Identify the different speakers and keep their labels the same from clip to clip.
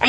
Speaker 1: Are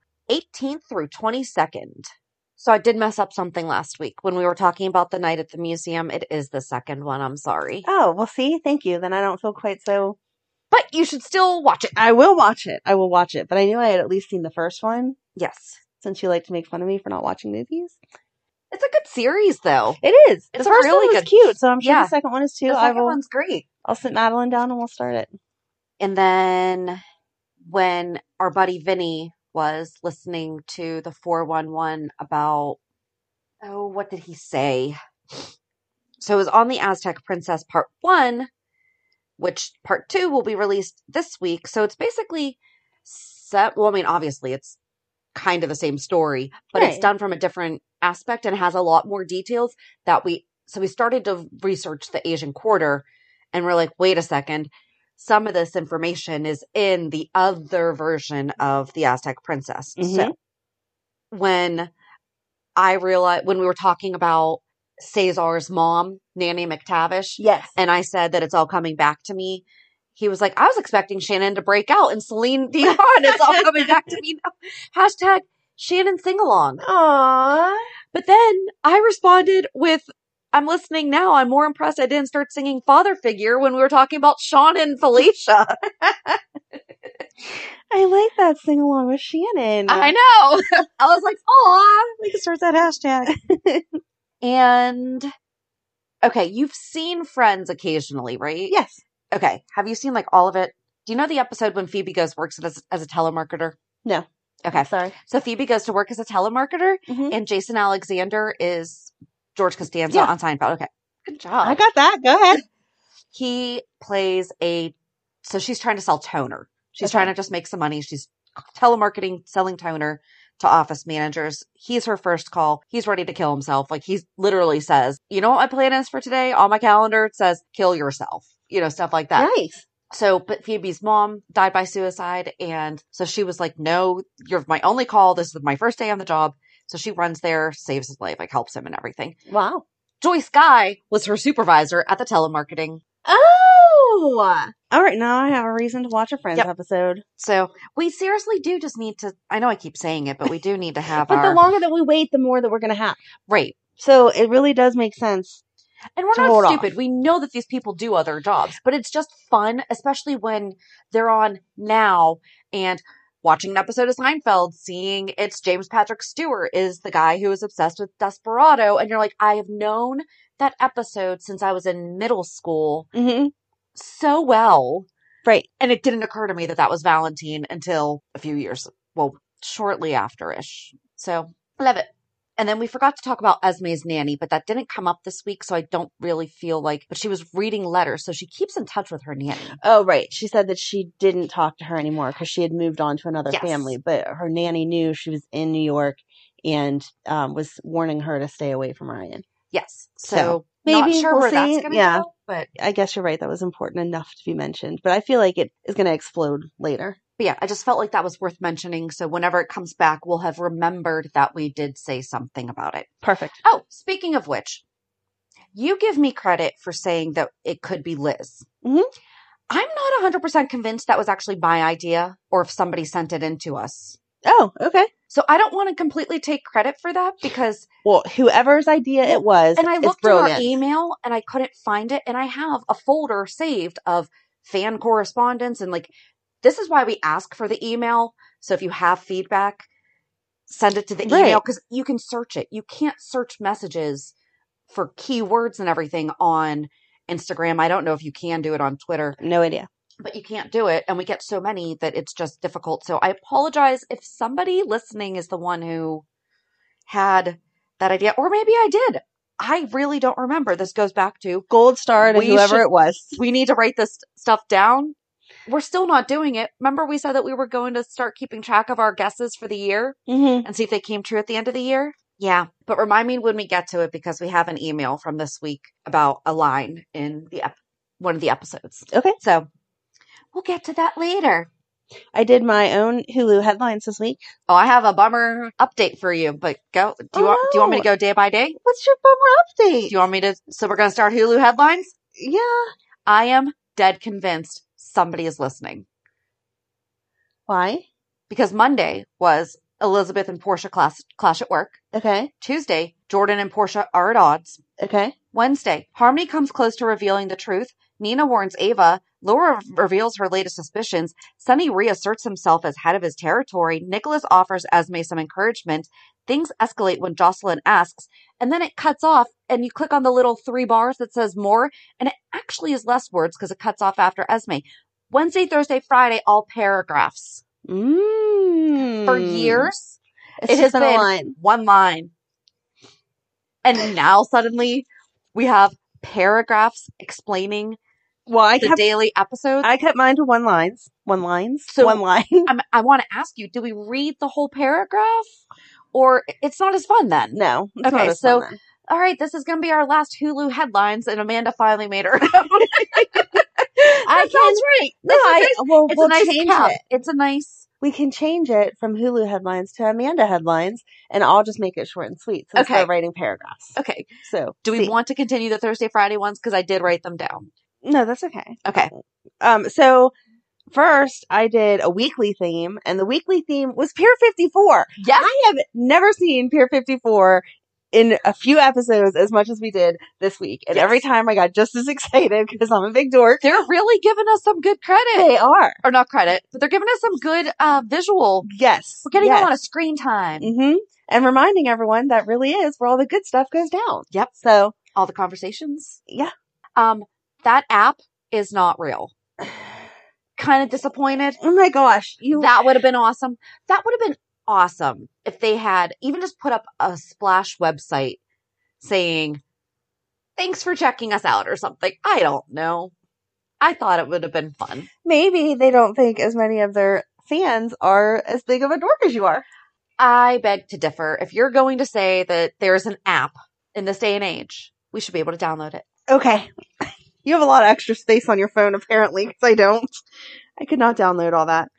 Speaker 2: 18th through 22nd. So I did mess up something last week when we were talking about the night at the museum. It is the second one. I'm sorry.
Speaker 1: Oh, well, see, thank you. Then I don't feel quite so.
Speaker 2: But you should still watch it.
Speaker 1: I will watch it. I will watch it. But I knew I had at least seen the first one
Speaker 2: Yes.
Speaker 1: since you like to make fun of me for not watching movies.
Speaker 2: It's a good series though.
Speaker 1: It is.
Speaker 2: It's
Speaker 1: the
Speaker 2: a
Speaker 1: first
Speaker 2: really
Speaker 1: one was
Speaker 2: good-
Speaker 1: cute, so I'm sure
Speaker 2: Yeah.
Speaker 1: the second one is too.
Speaker 2: the
Speaker 1: I
Speaker 2: second
Speaker 1: will.
Speaker 2: one's great.
Speaker 1: I'll sit Madeline down and we'll start it.
Speaker 2: And then when our buddy Vinny was listening to the 411 about, oh, what did he say? So it was on the Aztec Princess part one, which part two will be released this week. So it's basically set. Well, I mean, obviously it's kind of the same story, but it's
Speaker 1: Right.
Speaker 2: done from a different aspect and has a lot more details that we, so we started to research the Asian quarter and we're like, wait a second some of this information is in the other version of the Aztec Princess.
Speaker 1: Mhm.
Speaker 2: So when I realized when we were talking about Cesar's mom, Nanny McTavish,
Speaker 1: Yes.
Speaker 2: and I said that it's all coming back to me, he was like, I was expecting Shannon to break out and Celine Dion. It's all coming back to me now. Hashtag Shannon sing along.
Speaker 1: Aww.
Speaker 2: But then I responded with, I'm listening now. I'm more impressed I didn't start singing Father Figure when we were talking about Sean and Felicia.
Speaker 1: I like that sing along with Shannon.
Speaker 2: I know. I was like, aw.
Speaker 1: We can start that hashtag.
Speaker 2: And okay, you've seen Friends occasionally, right?
Speaker 1: yes.
Speaker 2: Okay. Have you seen like all of it? Do you know the episode when Phoebe goes works as, as a telemarketer?
Speaker 1: No.
Speaker 2: Okay.
Speaker 1: Sorry.
Speaker 2: So Phoebe goes to work as a telemarketer
Speaker 1: Mhm.
Speaker 2: and Jason Alexander is George Costanza
Speaker 1: Yeah.
Speaker 2: on Seinfeld. Okay. Good job.
Speaker 1: I got that. Go ahead.
Speaker 2: he plays a so she's trying to sell toner. She's
Speaker 1: Okay.
Speaker 2: trying to just make some money. She's telemarketing, selling toner to office managers. He's her first call. He's ready to kill himself. Like he literally says, "You know what my plan is for today? On my calendar it says kill yourself." You know, stuff like that.
Speaker 1: Nice.
Speaker 2: So, but Phoebe's mom died by suicide. And so she was like, no, you're my only call. This is my first day on the job. So she runs there, saves his life, like helps him and everything.
Speaker 1: Wow.
Speaker 2: Joyce Guy was her supervisor at the telemarketing
Speaker 1: Oh. All right. Now I have a reason to watch a Friends
Speaker 2: Yep.
Speaker 1: episode.
Speaker 2: So we seriously do just need to. I know I keep saying it, but we do need to have
Speaker 1: But
Speaker 2: our
Speaker 1: the longer that we wait, the more that we're going to have.
Speaker 2: right.
Speaker 1: So it really does make sense.
Speaker 2: And we're
Speaker 1: To hold
Speaker 2: not
Speaker 1: off.
Speaker 2: stupid. We know that these people do other jobs, but it's just fun, especially when they're on now and watching an episode of Seinfeld, seeing it's James Patrick Stewart is the guy who is obsessed with Desperado, and you're like, I have known that episode since I was in middle school
Speaker 1: Mm-hmm.
Speaker 2: so well
Speaker 1: Right.
Speaker 2: And it didn't occur to me that that was Valentine until a few years, well, shortly after ish. So I love it. And then we forgot to talk about Esme's nanny, but that didn't come up this week. So I don't really feel like, but she was reading letters. So she keeps in touch with her nanny.
Speaker 1: Oh, right. She said that she didn't talk to her anymore because she had moved on to another
Speaker 2: Yes.
Speaker 1: family, but her nanny knew she was in New York and um, was warning her to stay away from Ryan.
Speaker 2: Yes. So,
Speaker 1: So,
Speaker 2: not
Speaker 1: maybe
Speaker 2: sure
Speaker 1: we'll
Speaker 2: where that's
Speaker 1: see.
Speaker 2: going to
Speaker 1: Yeah.
Speaker 2: go, but
Speaker 1: I guess you're right. That was important enough to be mentioned, but I feel like it is going to explode later.
Speaker 2: But yeah, I just felt like that was worth mentioning. So whenever it comes back, we'll have remembered that we did say something about it.
Speaker 1: Perfect.
Speaker 2: Oh, speaking of which, you give me credit for saying that it could be Liz.
Speaker 1: Mhm.
Speaker 2: I'm not 100% convinced that was actually my idea or if somebody sent it in to us.
Speaker 1: Oh, okay.
Speaker 2: So I don't want to completely take credit for that because,
Speaker 1: Well, whoever's idea it was,
Speaker 2: and I
Speaker 1: it's
Speaker 2: looked e-, at our
Speaker 1: brilliant.
Speaker 2: email and I couldn't find it. And I have a folder saved of fan correspondence. And like, this is why we ask for the email. So if you have feedback, send it to the email
Speaker 1: Right.
Speaker 2: because you can search it. You can't search messages for keywords and everything on Instagram. I don't know if you can do it on Twitter,
Speaker 1: No idea.
Speaker 2: but you can't do it. And we get so many that it's just difficult. So I apologize if somebody listening is the one who had that idea, or maybe I did. I really don't remember. This goes back to
Speaker 1: Gold star to
Speaker 2: We
Speaker 1: whoever
Speaker 2: should-
Speaker 1: it was.
Speaker 2: we need to write this stuff down. We're still not doing it. Remember, we said that we were going to start keeping track of our guesses for the year?
Speaker 1: Mm-hmm.
Speaker 2: and see if they came true at the end of the year. Yeah. But remind me when we get to it because we have an email from this week about a line in the ep- one of the episodes.
Speaker 1: Okay.
Speaker 2: So we'll get to that later.
Speaker 1: I did my own Hulu headlines this week.
Speaker 2: Oh, I have a bummer update for you, but go. Do you,
Speaker 1: Oh,
Speaker 2: want, do you want me to
Speaker 1: no.
Speaker 2: go day by day?
Speaker 1: What's your bummer update?
Speaker 2: Do you want me to? So we're going to start Hulu headlines.
Speaker 1: yeah.
Speaker 2: I am dead convinced somebody is listening
Speaker 1: Why?
Speaker 2: because Monday was Elizabeth and Portia class, clash at work.
Speaker 1: Okay.
Speaker 2: Tuesday, Jordan and Portia are at odds.
Speaker 1: Okay.
Speaker 2: Wednesday, Harmony comes close to revealing the truth. Nina warns Ava. Laura reveals her latest suspicions. Sunny reasserts himself as head of his territory. Nicholas offers Esme some encouragement. Things escalate when Jocelyn asks, and then it cuts off, and you click on the little three bars that says more, and it actually is less words because it cuts off after Esme. Wednesday, Thursday, Friday, all paragraphs.
Speaker 1: Mm.
Speaker 2: For years,
Speaker 1: It's
Speaker 2: it has
Speaker 1: just
Speaker 2: been
Speaker 1: been a line.
Speaker 2: one line. And now suddenly we have paragraphs explaining
Speaker 1: Well, I
Speaker 2: the
Speaker 1: kept
Speaker 2: daily episodes. I,
Speaker 1: I kept mine to one lines, one lines,
Speaker 2: So-
Speaker 1: one line.
Speaker 2: am I want to ask you, do we read the whole paragraph? Or it's not as fun then?
Speaker 1: No, it's
Speaker 2: Okay,
Speaker 1: not as
Speaker 2: so-
Speaker 1: fun then.
Speaker 2: All right, this is going to be our last Hulu headlines, and Amanda finally made
Speaker 1: I
Speaker 2: her. That sounds right.
Speaker 1: No,
Speaker 2: That's a
Speaker 1: I
Speaker 2: nice-
Speaker 1: well,
Speaker 2: it's
Speaker 1: we'll
Speaker 2: a nice
Speaker 1: change
Speaker 2: cap.
Speaker 1: it.
Speaker 2: It's a nice.
Speaker 1: We can change it from Hulu headlines to Amanda headlines, and I'll just make it short and sweet since
Speaker 2: Okay.
Speaker 1: we're writing paragraphs.
Speaker 2: Okay.
Speaker 1: So,
Speaker 2: Do we
Speaker 1: see.
Speaker 2: want to continue the Thursday, Friday ones? Because I did write them down.
Speaker 1: No, that's okay.
Speaker 2: Okay.
Speaker 1: Um, so first I did a weekly theme, and the weekly theme was Pier Fifty Four.
Speaker 2: Yes.
Speaker 1: I have never seen Pier 54 in a few episodes as much as we did this week. And
Speaker 2: Yes.
Speaker 1: every time I got just as excited because I'm a big dork.
Speaker 2: They're really giving us some good credit.
Speaker 1: They are.
Speaker 2: or not credit, but they're giving us some good uh, visual.
Speaker 1: Yes.
Speaker 2: We're getting
Speaker 1: yes.
Speaker 2: a lot of screen time.
Speaker 1: hmm And reminding everyone that really is where all the good stuff goes down.
Speaker 2: Yep.
Speaker 1: So,
Speaker 2: All the conversations.
Speaker 1: yeah.
Speaker 2: Um, that app is not real. Kind of disappointed.
Speaker 1: Oh my gosh. You,
Speaker 2: That would have been awesome. That would have been awesome if they had even just put up a splash website saying, thanks for checking us out or something. I don't know. I thought it would have been fun.
Speaker 1: maybe they don't think as many of their fans are as big of a dork as you are.
Speaker 2: I beg to differ. If you're going to say that there's an app in this day and age, we should be able to download it.
Speaker 1: Okay. you have a lot of extra space on your phone, apparently, because I don't. I could not download all that.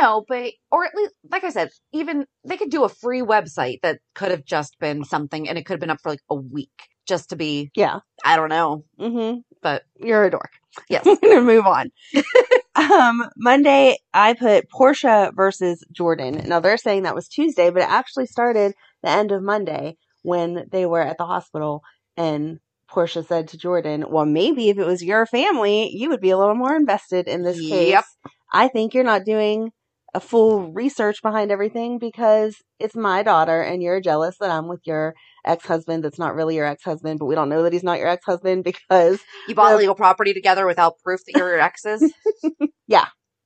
Speaker 2: No, but or at least, like I said, even they could do a free website that could have just been something, and it could have been up for like a week just to be.
Speaker 1: Yeah.
Speaker 2: I don't know.
Speaker 1: Mm-hmm.
Speaker 2: But-
Speaker 1: you're a dork.
Speaker 2: Yes.
Speaker 1: I'm gonna move on. um, Monday I put Portia versus Jordan. Now they're saying that was Tuesday, but it actually started the end of Monday when they were at the hospital and Portia said to Jordan, Well, maybe if it was your family, you would be a little more invested in this case.
Speaker 2: Yep.
Speaker 1: I think you're not doing a full research behind everything because it's my daughter and you're jealous that I'm with your ex-husband that's not really your ex-husband, but we don't know that he's not your ex-husband because
Speaker 2: You bought
Speaker 1: Well-
Speaker 2: legal property together without proof that you're exes.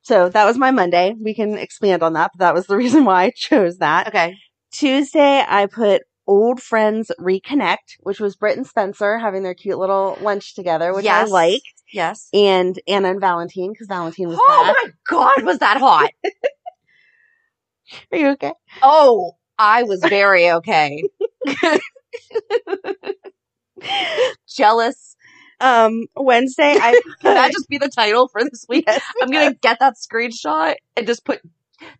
Speaker 1: so that was my Monday. We can expand on that, but that was the reason why I chose that.
Speaker 2: Okay.
Speaker 1: Tuesday, I put old friends reconnect, which was Britt and Spencer having their cute little lunch together, which I
Speaker 2: Yes.
Speaker 1: like,
Speaker 2: Yes.
Speaker 1: and Anna and Valentine because Valentine was
Speaker 2: Oh
Speaker 1: back.
Speaker 2: my God, was that hot?
Speaker 1: Are you okay?
Speaker 2: Oh, I was very okay. Jealous.
Speaker 1: Um, Wednesday, I
Speaker 2: Can that just be the title for this week?
Speaker 1: Yes,
Speaker 2: I'm going to get that screenshot and just put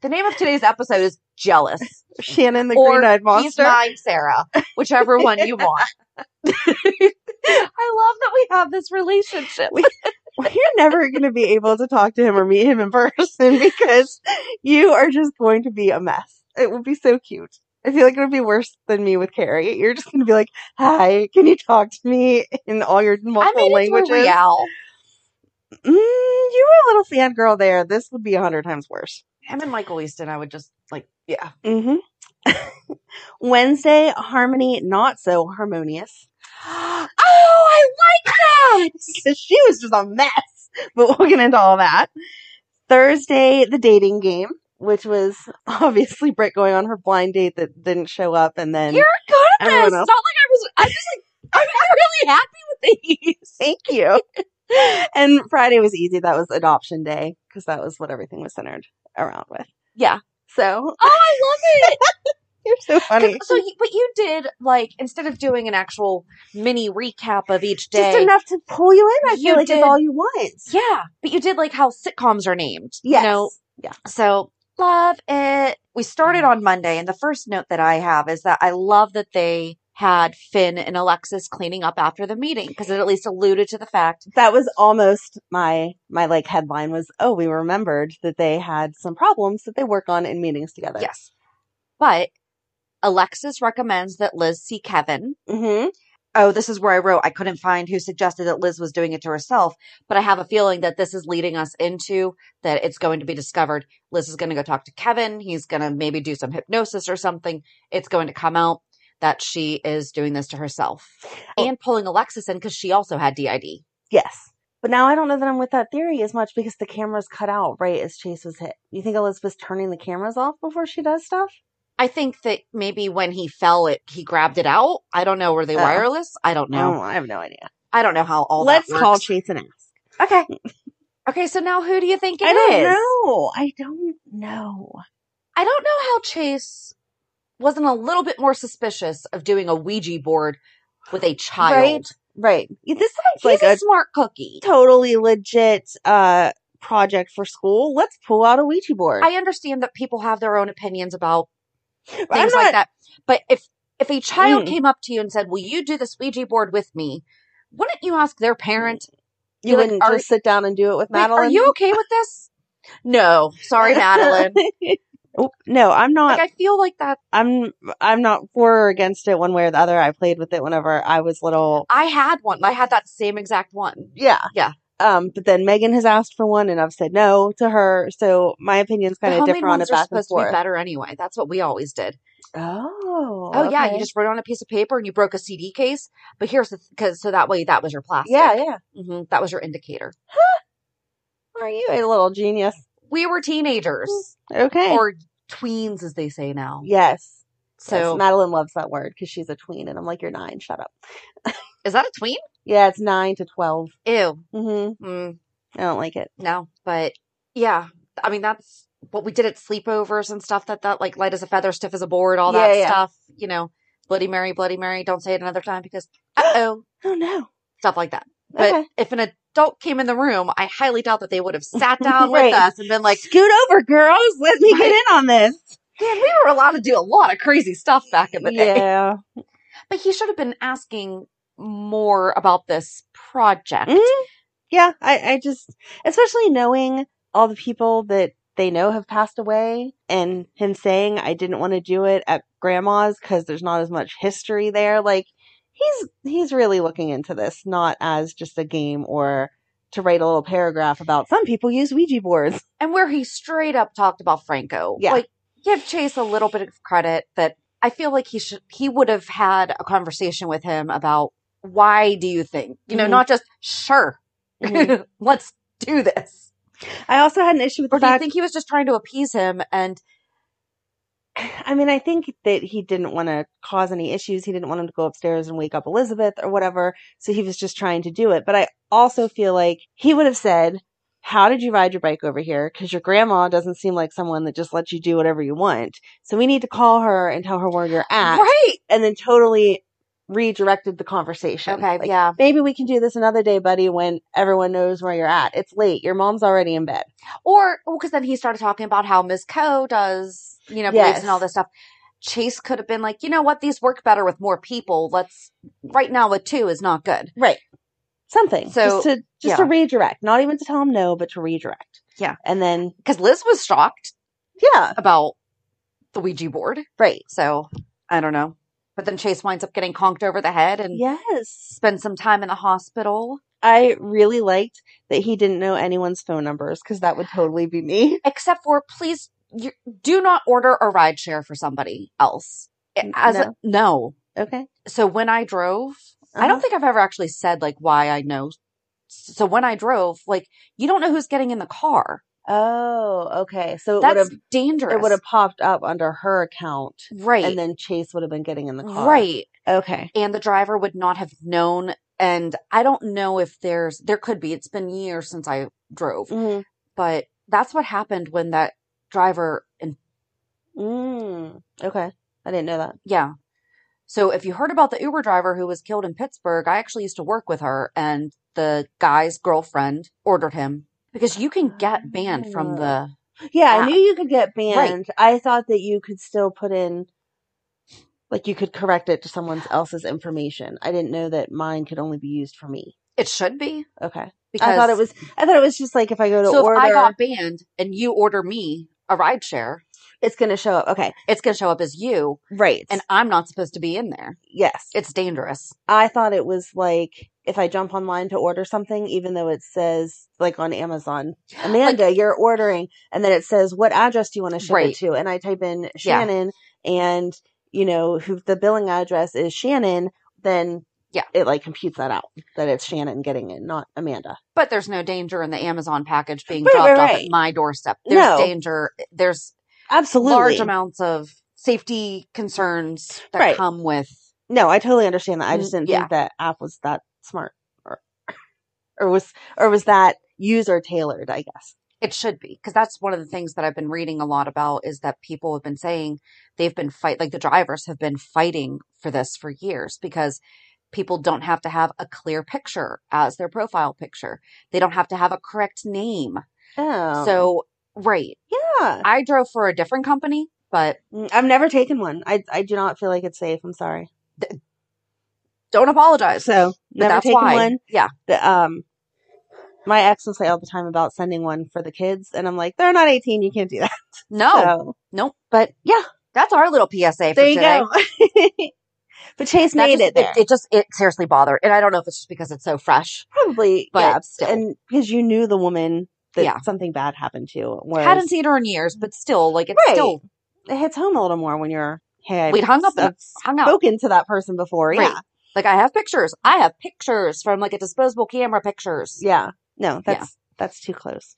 Speaker 2: the name of today's episode is Jealous
Speaker 1: put Shannon the
Speaker 2: or
Speaker 1: Green Eyed
Speaker 2: He's
Speaker 1: Monster.
Speaker 2: Mine, Sarah, whichever one you want. I love that we have this relationship.
Speaker 1: We- You're never going to be able to talk to him or meet him in person because you are just going to be a mess. It would be so cute. I feel like it would be worse than me with Carrie. You're just going to be like, "Hi, can you talk to me in all your
Speaker 2: I
Speaker 1: multiple
Speaker 2: made it to a
Speaker 1: languages?"
Speaker 2: real.
Speaker 1: Mm, you were a little fan girl there. This would be a hundred times worse.
Speaker 2: Him and Michael Easton, I would just like, yeah.
Speaker 1: Mm-hmm. Wednesday, harmony not so harmonious
Speaker 2: oh, I like that.
Speaker 1: because she was just a mess. But we'll get into all that. Thursday, the dating game, which was obviously Britt going on her blind date that didn't show up, and then
Speaker 2: You're good at
Speaker 1: everyone
Speaker 2: this.
Speaker 1: else.
Speaker 2: It's not like I was. I just like. I'm really happy with these.
Speaker 1: thank you. and Friday was easy. That was adoption day because that was what everything was centered around with.
Speaker 2: Yeah.
Speaker 1: So
Speaker 2: Oh, I love it.
Speaker 1: you're so
Speaker 2: 'Cause-
Speaker 1: funny.
Speaker 2: So, you, but you did like instead of doing an actual mini recap of each day.
Speaker 1: Just enough to pull you in. I
Speaker 2: You
Speaker 1: feel like
Speaker 2: did-
Speaker 1: is all you want.
Speaker 2: Yeah, but you did like how sitcoms are named.
Speaker 1: Yes.
Speaker 2: You know,
Speaker 1: yeah.
Speaker 2: So love it. We started on Monday, and the first note that I have is that I love that they had Finn and Alexis cleaning up after the meeting because it at least alluded to the fact.
Speaker 1: That was almost my my like headline was, "Oh, we remembered that they had some problems that they work on in meetings together."
Speaker 2: Yes. But Alexis recommends that Liz see Kevin.
Speaker 1: hmm
Speaker 2: Oh, this is where I wrote I couldn't find who suggested that Liz was doing it to herself, but I have a feeling that this is leading us into that it's going to be discovered. Liz is going to go talk to Kevin. He's going to maybe do some hypnosis or something. It's going to come out that she is doing this to herself Oh. and pulling Alexis in because she also had DID.
Speaker 1: Yes. But now I don't know that I'm with that theory as much because the camera's cut out right as Chase was hit. You think Elizabeth's turning the cameras off before she does stuff?
Speaker 2: I think that maybe when he fell, it he grabbed it out. I don't know. Were they
Speaker 1: Oh.
Speaker 2: wireless? I don't know.
Speaker 1: Oh, I have no idea.
Speaker 2: I don't know how all
Speaker 1: Let's
Speaker 2: that works.
Speaker 1: call Chase and ask.
Speaker 2: Okay. Okay. So now who do you think it is?
Speaker 1: I don't know. I don't know.
Speaker 2: I don't know how Chase wasn't a little bit more suspicious of doing a Ouija board with a child.
Speaker 1: Right? Right. Yeah, This sounds like
Speaker 2: He's a,
Speaker 1: a
Speaker 2: smart cookie.
Speaker 1: totally legit uh project for school. Let's pull out a Ouija board.
Speaker 2: I understand that people have their own opinions about
Speaker 1: I'm
Speaker 2: things
Speaker 1: not-
Speaker 2: like that, but if if a child
Speaker 1: Mm.
Speaker 2: came up to you and said, "Will you do this Ouija board with me?" Wouldn't you ask their parent,
Speaker 1: You
Speaker 2: You're like,
Speaker 1: wouldn't
Speaker 2: are-
Speaker 1: just sit down and do it with
Speaker 2: "Wait,
Speaker 1: Madeline.
Speaker 2: "Are you okay with this?" No, sorry, Madeline.
Speaker 1: Oh, no, I'm not.
Speaker 2: Like I feel like that.
Speaker 1: I'm I'm not for or against it one way or the other. I played with it whenever I was little.
Speaker 2: I had one. I had that same exact one.
Speaker 1: Yeah,
Speaker 2: Yeah.
Speaker 1: Um, but then Megan has asked for one, and I've said no to her. So my opinions
Speaker 2: The
Speaker 1: kind of
Speaker 2: homemade
Speaker 1: differ on
Speaker 2: ones
Speaker 1: it
Speaker 2: are
Speaker 1: back and
Speaker 2: supposed to be
Speaker 1: forth.
Speaker 2: better anyway. That's what we always did.
Speaker 1: Oh,
Speaker 2: Oh yeah,
Speaker 1: okay.
Speaker 2: you just wrote on a piece of paper and you broke a CD case. But here's the because so that way that was your plastic.
Speaker 1: yeah, yeah.
Speaker 2: hmm that was your indicator.
Speaker 1: Are you a little genius?
Speaker 2: We were teenagers
Speaker 1: Okay.
Speaker 2: or tweens, as they say now.
Speaker 1: yes. yes.
Speaker 2: So
Speaker 1: Madeline loves that word because she's a tween, and I'm like, you're nine. Shut up.
Speaker 2: is that a tween?
Speaker 1: Yeah, it's nine to 12
Speaker 2: Ew,
Speaker 1: Mm-hmm.
Speaker 2: mm,
Speaker 1: I don't like it.
Speaker 2: no. But yeah, I mean that's what we did at sleepovers and stuff. That that like light as a feather, stiff as a board, all that
Speaker 1: Yeah, yeah.
Speaker 2: stuff. You know, Bloody Mary, Bloody Mary. Don't say it another time because uh oh,
Speaker 1: Oh no.
Speaker 2: stuff like that. But
Speaker 1: Okay.
Speaker 2: if an adult came in the room, I highly doubt that they would have sat down
Speaker 1: Right.
Speaker 2: with us and been like,
Speaker 1: scoot over, girls. Let me get
Speaker 2: Right.
Speaker 1: in on this.
Speaker 2: Man, we were allowed to do a lot of crazy stuff back in the day.
Speaker 1: Yeah.
Speaker 2: But he should have been asking more about this project.
Speaker 1: Mhm. Yeah, I, I just, especially knowing all the people that they know have passed away and him saying, I didn't want to do it at grandma's because there's not as much history there. Like, he's, he's really looking into this, not as just a game or to write a little paragraph about some people use Ouija boards.
Speaker 2: and where he straight up talked about Franco.
Speaker 1: Yeah.
Speaker 2: Like give Chase a little bit of credit that I feel like he should he would have had a conversation with him about why do you think? You know,
Speaker 1: Mhm.
Speaker 2: not just sure.
Speaker 1: Mhm.
Speaker 2: Let's do this.
Speaker 1: I also had an issue with
Speaker 2: Or
Speaker 1: the
Speaker 2: do you
Speaker 1: fact.
Speaker 2: think he was just trying to appease him and
Speaker 1: I mean, I think that he didn't want to cause any issues. He didn't want him to go upstairs and wake up Elizabeth or whatever. So he was just trying to do it. But I also feel like he would have said, How did you ride your bike over here? Because your grandma doesn't seem like someone that just lets you do whatever you want. So we need to call her and tell her where you're at.
Speaker 2: right?
Speaker 1: And then totally redirected the conversation.
Speaker 2: Okay,
Speaker 1: Like,
Speaker 2: yeah.
Speaker 1: Maybe we can do this another day, buddy, when everyone knows where you're at. It's late. Your mom's already in bed.
Speaker 2: Or because then he started talking about how Ms. Co does, you know, believes
Speaker 1: Yes.
Speaker 2: in all this stuff. Chase could have been like, you know what, these work better with more people. Let's right now a two is not good.
Speaker 1: Right. Something.
Speaker 2: So,
Speaker 1: just to just to
Speaker 2: yeah.
Speaker 1: redirect. Not even to tell him no, but to redirect.
Speaker 2: Yeah.
Speaker 1: And then
Speaker 2: Because Liz was shocked
Speaker 1: yeah,
Speaker 2: about the Ouija board.
Speaker 1: right.
Speaker 2: So I don't know. But then Chase winds up getting conked over the head and
Speaker 1: Yes.
Speaker 2: spends some time in the hospital.
Speaker 1: I really liked that he didn't know anyone's phone numbers because that would totally be me.
Speaker 2: Except for, please, you, do not order a ride share for somebody else.
Speaker 1: N-
Speaker 2: As a- no.
Speaker 1: Okay.
Speaker 2: So when I drove, I
Speaker 1: Uh-huh.
Speaker 2: don't think I've ever actually said like why I know. So when I drove, like you don't know who's getting in the car.
Speaker 1: Oh, okay. So it would have
Speaker 2: That's dangerous.
Speaker 1: it would have popped up under her account
Speaker 2: right,
Speaker 1: and then Chase would have been getting in the car.
Speaker 2: right.
Speaker 1: Okay.
Speaker 2: and the driver would not have known. And I don't know if there's, there could be, it's been years since I drove,
Speaker 1: Mm.
Speaker 2: but that's what happened when that driver, and
Speaker 1: Mm. Okay. I didn't know that.
Speaker 2: yeah. So if you heard about the Uber driver who was killed in Pittsburgh, I actually used to work with her, and the guy's girlfriend ordered him because you can get banned from
Speaker 1: Ah.
Speaker 2: the,
Speaker 1: Yeah, I
Speaker 2: app.
Speaker 1: knew you could get
Speaker 2: Right.
Speaker 1: banned. I thought that you could still put in, like, you could correct it to someone else's information. I didn't know that mine could only be used for me.
Speaker 2: it should be
Speaker 1: Okay,
Speaker 2: because
Speaker 1: I thought it was. I thought it was just like if I go to
Speaker 2: so
Speaker 1: order,
Speaker 2: if I got banned and you order me a ride share,
Speaker 1: it's going to show up. Okay,
Speaker 2: it's going to show up as you,
Speaker 1: right.
Speaker 2: and I'm not supposed to be in there.
Speaker 1: yes,
Speaker 2: It's dangerous.
Speaker 1: I thought it was like if I jump online to order something, even though it says like on Amazon, Amanda, you're ordering, and then it says what address do you want to ship
Speaker 2: Right.
Speaker 1: it to, and I type in Shannon, and you know who the billing address is Shannon, then
Speaker 2: Yeah.
Speaker 1: it like computes that out that it's Shannon getting it, not Amanda.
Speaker 2: but there's no danger in the Amazon package being
Speaker 1: Right,
Speaker 2: dropped
Speaker 1: right,
Speaker 2: off
Speaker 1: right.
Speaker 2: at my doorstep. There's
Speaker 1: No.
Speaker 2: danger. There's
Speaker 1: Absolutely,
Speaker 2: large amounts of safety concerns that
Speaker 1: Right.
Speaker 2: come with.
Speaker 1: No, I totally understand that. I just
Speaker 2: Mm,
Speaker 1: didn't
Speaker 2: yeah.
Speaker 1: think that app was that smart, or or was or was that user tailored? I guess.
Speaker 2: It should be because that's one of the things that I've been reading a lot about is that people have been saying they've been fight like the drivers have been fighting for this for years because people don't have to have a clear picture as their profile picture. They don't have to have a correct name.
Speaker 1: Oh,
Speaker 2: So right,
Speaker 1: yeah.
Speaker 2: I drove for a different company, but
Speaker 1: Mm, I've never taken one. I I do not feel like it's safe. I'm sorry.
Speaker 2: don't apologize.
Speaker 1: So
Speaker 2: But
Speaker 1: never
Speaker 2: that's
Speaker 1: taken
Speaker 2: why.
Speaker 1: one.
Speaker 2: Yeah.
Speaker 1: The, um, my ex will say all the time about sending one for the kids, and I'm like, they're not 18. You can't do that.
Speaker 2: No.
Speaker 1: So,
Speaker 2: Nope.
Speaker 1: but yeah,
Speaker 2: That's our little PSA for
Speaker 1: there you
Speaker 2: today.
Speaker 1: go. but Chase
Speaker 2: That
Speaker 1: made
Speaker 2: just-
Speaker 1: it there.
Speaker 2: it just it seriously bothered, and I don't know if it's just because it's so fresh.
Speaker 1: Probably,
Speaker 2: but
Speaker 1: yeah,
Speaker 2: still.
Speaker 1: and because you knew the woman that
Speaker 2: Yeah.
Speaker 1: something bad happened to. Whereas,
Speaker 2: Hadn't seen her in years, but still, like it's
Speaker 1: Right.
Speaker 2: still
Speaker 1: it hits home a little more when you're hey I've
Speaker 2: We'd hung up and-
Speaker 1: I've
Speaker 2: hung out.
Speaker 1: spoken to that person before
Speaker 2: Right.
Speaker 1: yeah
Speaker 2: Like I have pictures. I have pictures from like a disposable camera pictures.
Speaker 1: yeah no that's that's too close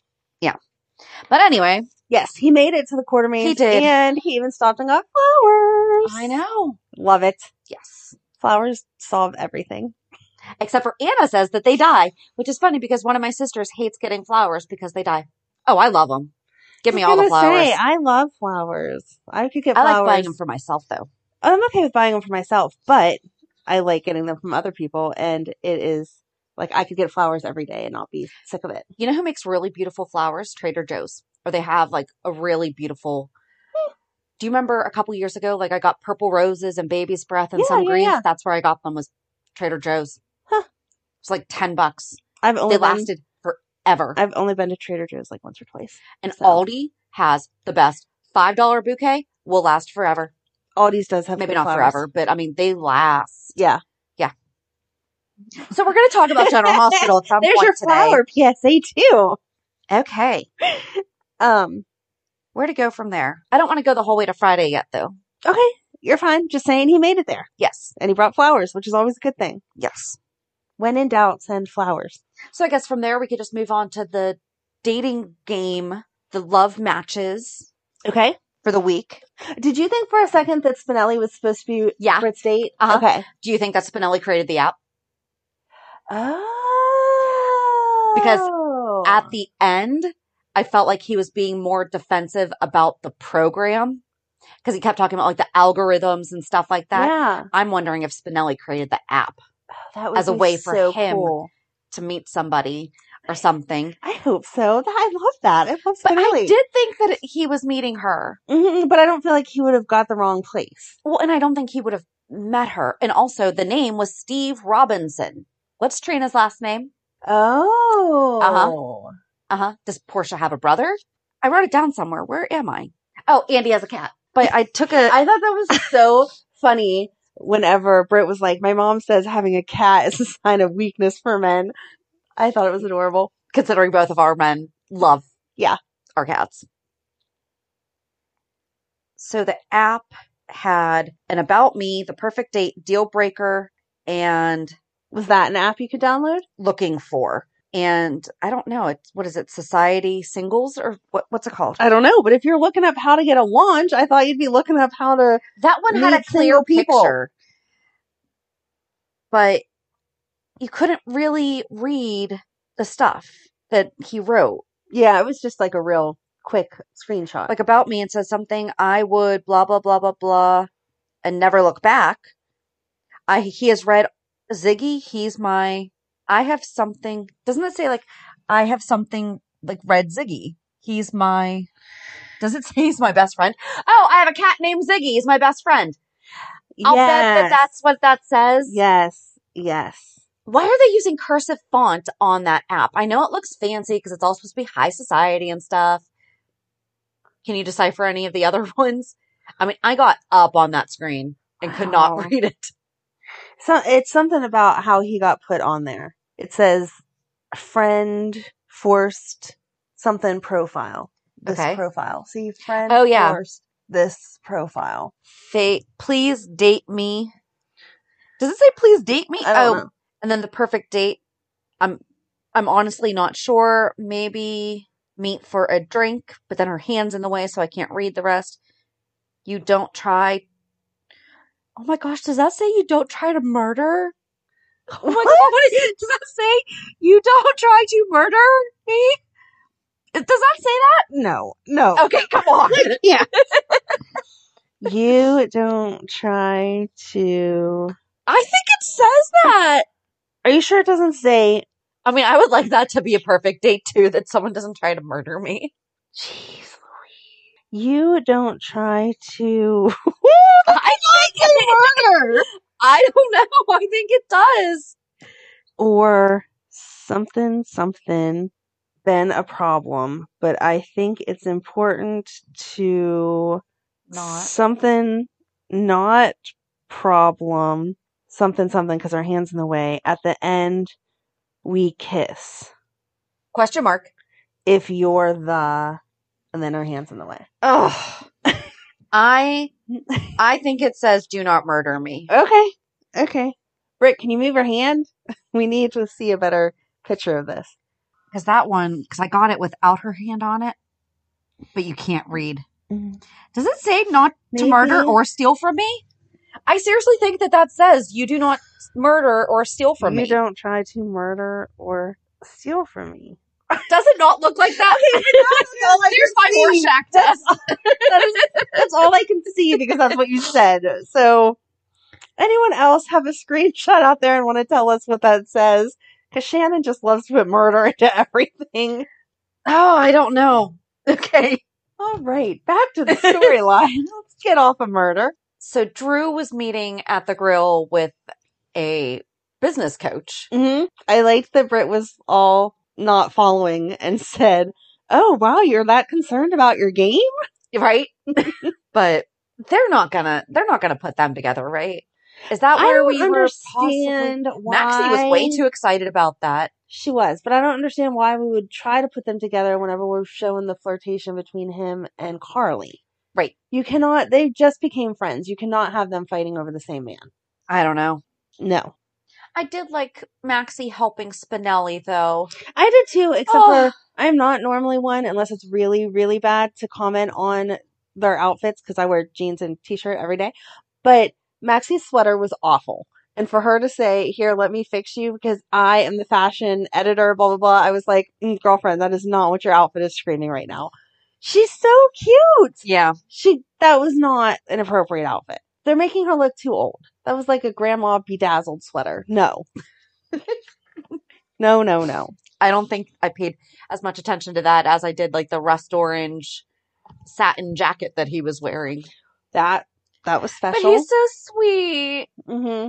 Speaker 2: But anyway,
Speaker 1: yes he made it to the quarter main
Speaker 2: He did.
Speaker 1: and he even stopped and got flowers
Speaker 2: I know.
Speaker 1: love it
Speaker 2: Yes.
Speaker 1: flowers solve everything
Speaker 2: Except for Anna says that they die, which is funny because one of my sisters hates getting flowers because they die. Oh, I love them. Give me
Speaker 1: I was
Speaker 2: all the
Speaker 1: gonna
Speaker 2: flowers.
Speaker 1: say, I love flowers I could get
Speaker 2: I
Speaker 1: flowers
Speaker 2: like buying them for myself though.
Speaker 1: I'm okay with buying them for myself but I like getting them from other people and it is like I could get flowers every day and not be sick of it
Speaker 2: You know who makes really beautiful flowers? Trader Joe's. Or they have like a really beautiful. Do you remember a couple years ago? Like I got purple roses and baby's breath and
Speaker 1: Yeah,
Speaker 2: some
Speaker 1: yeah,
Speaker 2: greens.
Speaker 1: yeah.
Speaker 2: That's where I got them was Trader Joe's.
Speaker 1: Huh.
Speaker 2: It's like ten bucks.
Speaker 1: I've only
Speaker 2: They
Speaker 1: been,
Speaker 2: lasted forever.
Speaker 1: I've only been to Trader Joe's like once or twice
Speaker 2: and
Speaker 1: so.
Speaker 2: Aldi has the best five dollar bouquet. Will last forever.
Speaker 1: Aldi's does have
Speaker 2: Maybe
Speaker 1: good
Speaker 2: not
Speaker 1: flowers.
Speaker 2: forever, but I mean they last.
Speaker 1: Yeah.
Speaker 2: Yeah. So we're going to talk about General Hospital at some
Speaker 1: There's
Speaker 2: point
Speaker 1: your
Speaker 2: today.
Speaker 1: flower PSA too.
Speaker 2: Okay.
Speaker 1: Um,
Speaker 2: Where to go from there? I don't want to go the whole way to Friday yet, though.
Speaker 1: okay, you're fine. Just saying he made it there,
Speaker 2: Yes.
Speaker 1: and he brought flowers, which is always a good thing.
Speaker 2: Yes.
Speaker 1: When in doubt, send flowers.
Speaker 2: So I guess from there we could just move on to the dating game, the love matches
Speaker 1: Okay.
Speaker 2: for the week.
Speaker 1: Did you think for a second that Spinelli was supposed to be
Speaker 2: Yeah.
Speaker 1: Fritz date?
Speaker 2: Uh-huh.
Speaker 1: Okay.
Speaker 2: Do you think that Spinelli created the app?
Speaker 1: Oh.
Speaker 2: At the end, I felt like he was being more defensive about the program because he kept talking about like the algorithms and stuff like that.
Speaker 1: yeah,
Speaker 2: I'm wondering if Spinelli created the app
Speaker 1: that would
Speaker 2: as a
Speaker 1: be
Speaker 2: way for
Speaker 1: so
Speaker 2: him-
Speaker 1: cool.
Speaker 2: to meet somebody or something.
Speaker 1: I hope so. That- I love that. I love
Speaker 2: But
Speaker 1: Spinelli.
Speaker 2: I did think that he was meeting her.
Speaker 1: Mhm, but I don't feel like he would have got the wrong place.
Speaker 2: Well, and I don't think he would have met her. And also, the name was Steve Robinson. What's Trina's last name? Uh-huh.
Speaker 1: Oh.
Speaker 2: Uh huh. Does Portia have a brother? I wrote it down somewhere. Where am I? Oh, Andy has a cat. But I took a.
Speaker 1: I thought that was so funny whenever Britt was like, My mom says having a cat is a sign of weakness for men. I thought it was adorable.
Speaker 2: considering both of our men love,
Speaker 1: Yeah.
Speaker 2: our cats. So the app had an about me, the perfect date, deal breaker, and
Speaker 1: Was that an app you could download?
Speaker 2: looking for. And I don't know. It's what is it? Society singles or what? What's it called?
Speaker 1: I don't know, but if you're looking up how to get a launch, I thought you'd be looking up how to.
Speaker 2: That one had a
Speaker 1: Meet single
Speaker 2: clear
Speaker 1: people.
Speaker 2: picture, but you couldn't really read the stuff that he wrote.
Speaker 1: Yeah, it was just like a real quick screenshot.
Speaker 2: Like about me, and says something I would blah blah blah blah blah, and never look back. I he has read Ziggy. He's my. I have something. Doesn't it say like I have something like red Ziggy? He's my. Does it say he's my best friend? Oh, I have a cat named Ziggy. He's my best friend. I'll bet that that's what that says.
Speaker 1: Yes, yes.
Speaker 2: Why are they using cursive font on that app? I know it looks fancy because it's all supposed to be high society and stuff. Can you decipher any of the other ones? I mean, I got up on that screen and could not
Speaker 1: Wow.
Speaker 2: read it.
Speaker 1: So it's something about how he got put on there. It says friend forced something profile. This
Speaker 2: Okay.
Speaker 1: profile. See friend
Speaker 2: Oh, yeah.
Speaker 1: forced this profile.
Speaker 2: Fate, please date me. Does it say please date me?
Speaker 1: I don't
Speaker 2: oh,
Speaker 1: know.
Speaker 2: and then the perfect date. I'm I'm honestly not sure. Maybe meet for a drink, but then her hand's in the way, so I can't read the rest. You don't try. Oh my gosh, does that say you don't try to murder? Oh my god, what is, does that say you don't try to murder me? Does that say that?
Speaker 1: No, no.
Speaker 2: Okay, come on.
Speaker 1: Yeah. you don't try to
Speaker 2: I think it says that.
Speaker 1: Are you sure it doesn't say
Speaker 2: I mean, I would like that to be a perfect date too, that someone doesn't try to murder me.
Speaker 1: Jeez Louise. You don't try to
Speaker 2: I like it. Murder. I don't know. I think it does.
Speaker 1: or something something been a problem, but I think it's important to something not problem something something because our hands in the way. At the end, we kiss.
Speaker 2: Question mark.
Speaker 1: If you're the and then our hands in the way.
Speaker 2: Oh, I, I think it says do not murder me.
Speaker 1: Okay, okay. Britt, can you move your hand? We need to see a better picture of this.
Speaker 2: Because that one, because I got it without her hand on it, but you can't read. Does it say not to murder
Speaker 1: Mm. Maybe.
Speaker 2: or steal from me? I seriously think that that says you do not murder or steal from
Speaker 1: you
Speaker 2: me.
Speaker 1: don't try to murder or steal from me.
Speaker 2: Does it not look like that?
Speaker 1: that's all I
Speaker 2: There's
Speaker 1: can
Speaker 2: my
Speaker 1: see.
Speaker 2: Rorschach test.
Speaker 1: That is, that's all I can see because that's what you said. So, anyone else have a screenshot out there and want to tell us what that says? Because Shannon just loves to put murder into everything.
Speaker 2: Oh, I don't know. Okay.
Speaker 1: All right, back to the storyline. Let's get off of murder.
Speaker 2: So Drew was meeting at the grill with a business coach.
Speaker 1: hmm I liked that Britt was all not following and said, "Oh wow, you're that concerned about your game."
Speaker 2: Right? but they're not gonna they're not gonna put them together, right? Is that
Speaker 1: I
Speaker 2: where
Speaker 1: don't
Speaker 2: we were possibly?
Speaker 1: understand why
Speaker 2: Maxie was way too excited about that.
Speaker 1: She was, but I don't understand why we would try to put them together whenever we're showing the flirtation between him and Carly.
Speaker 2: Right.
Speaker 1: You cannot. They just became friends. You cannot have them fighting over the same man.
Speaker 2: I don't know.
Speaker 1: No,
Speaker 2: I did like Maxie helping Spinelli though.
Speaker 1: I did too. Except
Speaker 2: Oh.
Speaker 1: for I'm not normally one unless it's really, really bad to comment on their outfits because I wear jeans and t-shirt every day. But Maxie's sweater was awful. And for her to say, here, let me fix you because I am the fashion editor, blah, blah, blah. I was like, "Mm, girlfriend, that is not what your outfit is screaming right now. She's so cute.
Speaker 2: Yeah.
Speaker 1: she that was not an appropriate outfit. They're making her look too old. That was like a grandma bedazzled sweater. No. no, no, no.
Speaker 2: I don't think I paid as much attention to that as I did like the rust orange satin jacket that he was wearing.
Speaker 1: That that was
Speaker 2: But
Speaker 1: special.
Speaker 2: he's so sweet.
Speaker 1: hmm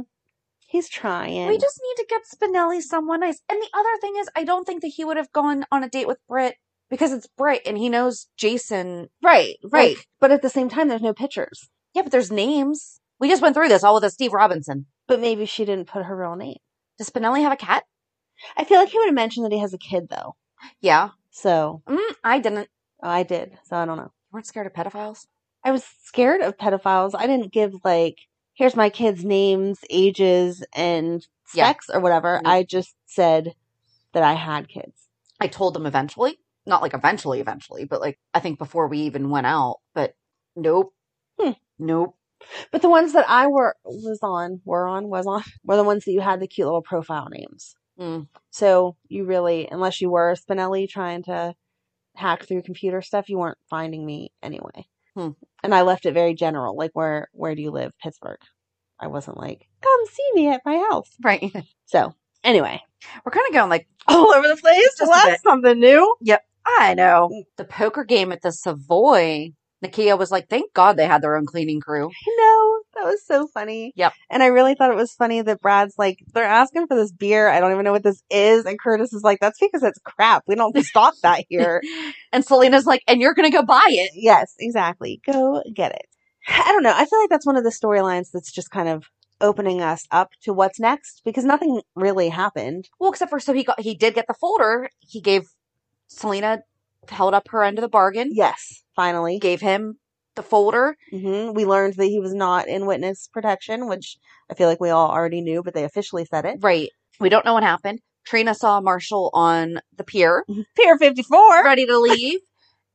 Speaker 1: he's trying.
Speaker 2: We just need to get Spinelli someone nice. And the other thing is, I don't think that he would have gone on a date with Britt because it's Britt and he knows Jason.
Speaker 1: right, right.
Speaker 2: Like-
Speaker 1: but at the same time, there's no pictures.
Speaker 2: Yeah, but there's names. We just went through this all with a Steve Robinson.
Speaker 1: But maybe she didn't put her real name.
Speaker 2: Does Spinelli have a cat?
Speaker 1: I feel like he would have mentioned that he has a kid though.
Speaker 2: Yeah.
Speaker 1: So oh,
Speaker 2: Mm, I didn't.
Speaker 1: I did. So I don't know.
Speaker 2: You weren't scared of pedophiles?
Speaker 1: I was scared of pedophiles. I didn't give like here's my kids' names, ages, and
Speaker 2: Yeah.
Speaker 1: sex or whatever.
Speaker 2: No.
Speaker 1: I just said that I had kids.
Speaker 2: I told them eventually. Not like eventually, eventually, but like I think before we even went out. But nope.
Speaker 1: Hmm.
Speaker 2: Nope.
Speaker 1: But the ones that I were was on, were on, was on, were the ones that you had the cute little profile names.
Speaker 2: Mm.
Speaker 1: So you really, unless you were Spinelli trying to hack through computer stuff, you weren't finding me anyway.
Speaker 2: Hmm.
Speaker 1: And I left it very general, like where where do you live, Pittsburgh? I wasn't like come see me at my house.
Speaker 2: Right.
Speaker 1: So anyway,
Speaker 2: We're kind of going like,
Speaker 1: all over the place.
Speaker 2: Just a
Speaker 1: well,
Speaker 2: bit.
Speaker 1: that's something new.
Speaker 2: I know. The poker game at the Savoy. Nakia was like, thank God they had their own cleaning crew.
Speaker 1: I know. That was so funny.
Speaker 2: Yep.
Speaker 1: And I really thought it was funny that Brad's like, they're asking for this beer. I don't even know what this is. And Curtis is like, that's because it's crap. We don't stock that here.
Speaker 2: And Selena's like, and you're going to go buy it.
Speaker 1: yes, exactly. Go get it. I don't know. I feel like that's one of the storylines that's just kind of opening us up to what's next because nothing really happened.
Speaker 2: Well, except for so he got, he did get the folder. He gave Selena, held up her end of the bargain,
Speaker 1: Yes, finally.
Speaker 2: Mm-hmm. gave him the folder.
Speaker 1: hmm We learned that he was not in witness protection, which I feel like we all already knew, but they officially said it.
Speaker 2: Right. We don't know what happened. Trina saw Marshall on the pier,
Speaker 1: Pier 54.
Speaker 2: ready to leave.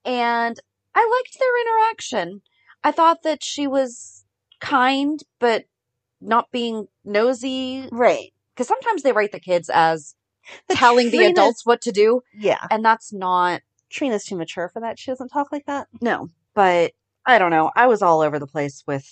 Speaker 2: and I liked their interaction. I thought that she was kind, but not being nosy.
Speaker 1: Right.
Speaker 2: Because sometimes they write the kids as
Speaker 1: But
Speaker 2: telling the
Speaker 1: Trina's-
Speaker 2: adults what to do,
Speaker 1: Yeah.
Speaker 2: and that's not
Speaker 1: Trina's too mature for that. She doesn't talk like that.
Speaker 2: no. But I don't know. I was all over the place with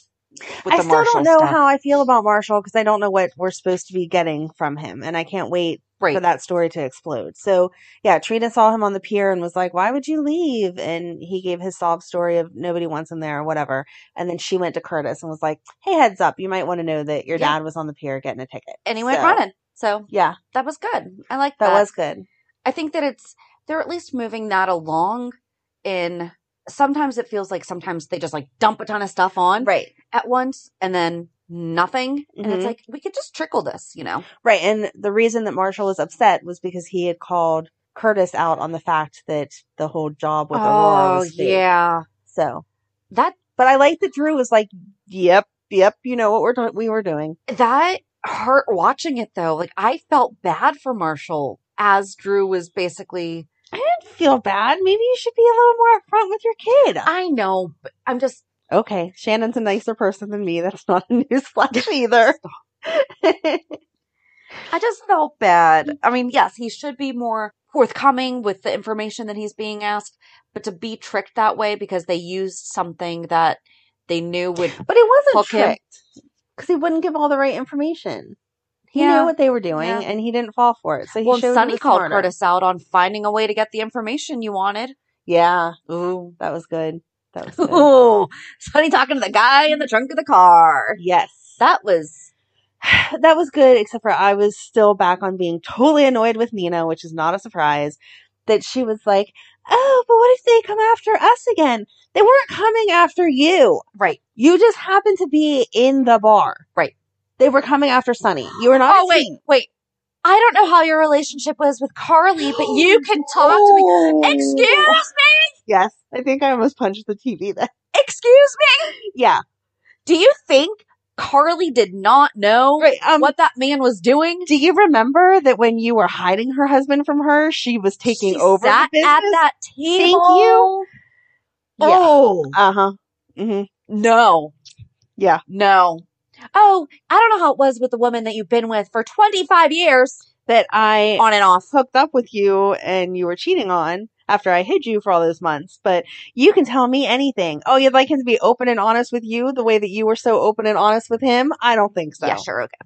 Speaker 2: with
Speaker 1: I
Speaker 2: the
Speaker 1: still
Speaker 2: Marshall
Speaker 1: don't know
Speaker 2: stuff.
Speaker 1: how I feel about Marshall because I don't know what we're supposed to be getting from him, and I can't wait for
Speaker 2: right.
Speaker 1: that story to explode. So, yeah, Trina saw him on the pier and was like, "Why would you leave?" And he gave his sob story of nobody wants him there or whatever. And then she went to Curtis and was like, "Hey, heads up, you might want to know that your
Speaker 2: Yeah.
Speaker 1: dad was on the pier getting a ticket."
Speaker 2: And he went
Speaker 1: So,
Speaker 2: running. So
Speaker 1: Yeah,
Speaker 2: that was good. I like
Speaker 1: that
Speaker 2: that.
Speaker 1: was good.
Speaker 2: I think that it's they're at least moving that along in sometimes it feels like sometimes they just like dump a ton of stuff on
Speaker 1: Right,
Speaker 2: at once and then nothing. And
Speaker 1: Mhm.
Speaker 2: it's like we could just trickle this, you know.
Speaker 1: right. And the reason that Marshall was upset was because he had called Curtis out on the fact that the whole job with Aurora was fake.
Speaker 2: Oh, yeah.
Speaker 1: So
Speaker 2: That
Speaker 1: But I like that Drew was like, "Yep, yep, you know what we're doing. We were doing."
Speaker 2: that hurt watching it though. Like I felt bad for Marshall as Drew was basically
Speaker 1: I didn't feel bad. Maybe you should be a little more upfront with your kid.
Speaker 2: I know, but I'm just
Speaker 1: okay, Shannon's a nicer person than me. That's not a newsflash either.
Speaker 2: I just felt
Speaker 1: Mm.
Speaker 2: bad. I mean, yes, he should be more forthcoming with the information that he's being asked, but to be tricked that way because they used something that they knew would
Speaker 1: but it wasn't
Speaker 2: Hook him.
Speaker 1: tricked because he wouldn't give all the right information. He
Speaker 2: Yeah.
Speaker 1: knew what they were doing,
Speaker 2: Yeah.
Speaker 1: and he didn't fall for it. So he
Speaker 2: well,
Speaker 1: showed he
Speaker 2: Sunny
Speaker 1: was
Speaker 2: called
Speaker 1: smarter.
Speaker 2: Curtis out on finding a way to get the information you wanted.
Speaker 1: Yeah,
Speaker 2: Ooh.
Speaker 1: that was good. That was good.
Speaker 2: Ooh. Sunny Oh, talking to the guy in the trunk of the car.
Speaker 1: yes.
Speaker 2: That was
Speaker 1: that was good, except for I was still back on being totally annoyed with Nina, which is not a surprise. That she was like, Oh, but what if they come after us again? They weren't coming after you.
Speaker 2: right.
Speaker 1: You just happened to be in the bar.
Speaker 2: Right.
Speaker 1: They were coming after Sunny. You were not.
Speaker 2: oh wait, wait. I don't know how your relationship was with Carly, but you can talk to me.
Speaker 1: Oh.
Speaker 2: Excuse me.
Speaker 1: Yes, I think I almost punched the TV then.
Speaker 2: Excuse me.
Speaker 1: Yeah,
Speaker 2: Do you think Carly did not know
Speaker 1: right. Um,
Speaker 2: what that man was doing?
Speaker 1: do you remember that when you were hiding her husband from her, she was taking
Speaker 2: She
Speaker 1: over
Speaker 2: sat
Speaker 1: the business?
Speaker 2: at that table.
Speaker 1: Thank you.
Speaker 2: Yeah.
Speaker 1: Oh, uh huh. hmm
Speaker 2: No.
Speaker 1: Yeah,
Speaker 2: No. Oh, I don't know how it was with the woman that you've been with for 25 years
Speaker 1: that I
Speaker 2: on and off.
Speaker 1: hooked up with you and you were cheating on after I hid you for all those months, but you can tell me anything. Oh, you'd like him to be open and honest with you the way that you were so open and honest with him? I don't think so.
Speaker 2: Yeah, sure. Okay.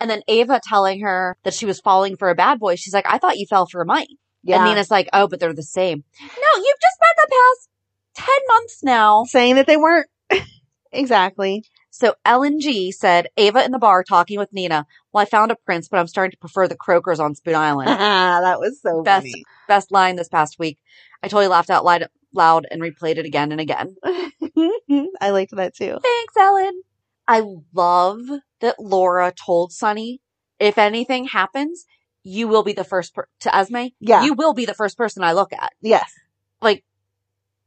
Speaker 2: And then Ava telling her that she was falling for a bad boy. She's like, I thought you fell for Mike.
Speaker 1: Yeah.
Speaker 2: And Nina's like, oh, but they're the same. No, you've just spent the past 10 months now.
Speaker 1: saying that they weren't. exactly.
Speaker 2: So Ellen G said, Ava in the bar talking with Nina. Well, I found a prince, but I'm starting to prefer the croakers on Spoon Island.
Speaker 1: that was so
Speaker 2: Best.
Speaker 1: funny.
Speaker 2: Best line this past week. I totally laughed out loud, loud and replayed it again and again.
Speaker 1: I liked that too.
Speaker 2: Thanks, Ellen. I love that Laura told Sonny, if anything happens, you will be the first per- to Esme.
Speaker 1: Yeah.
Speaker 2: You will be the first person I look at.
Speaker 1: Yes.
Speaker 2: Like-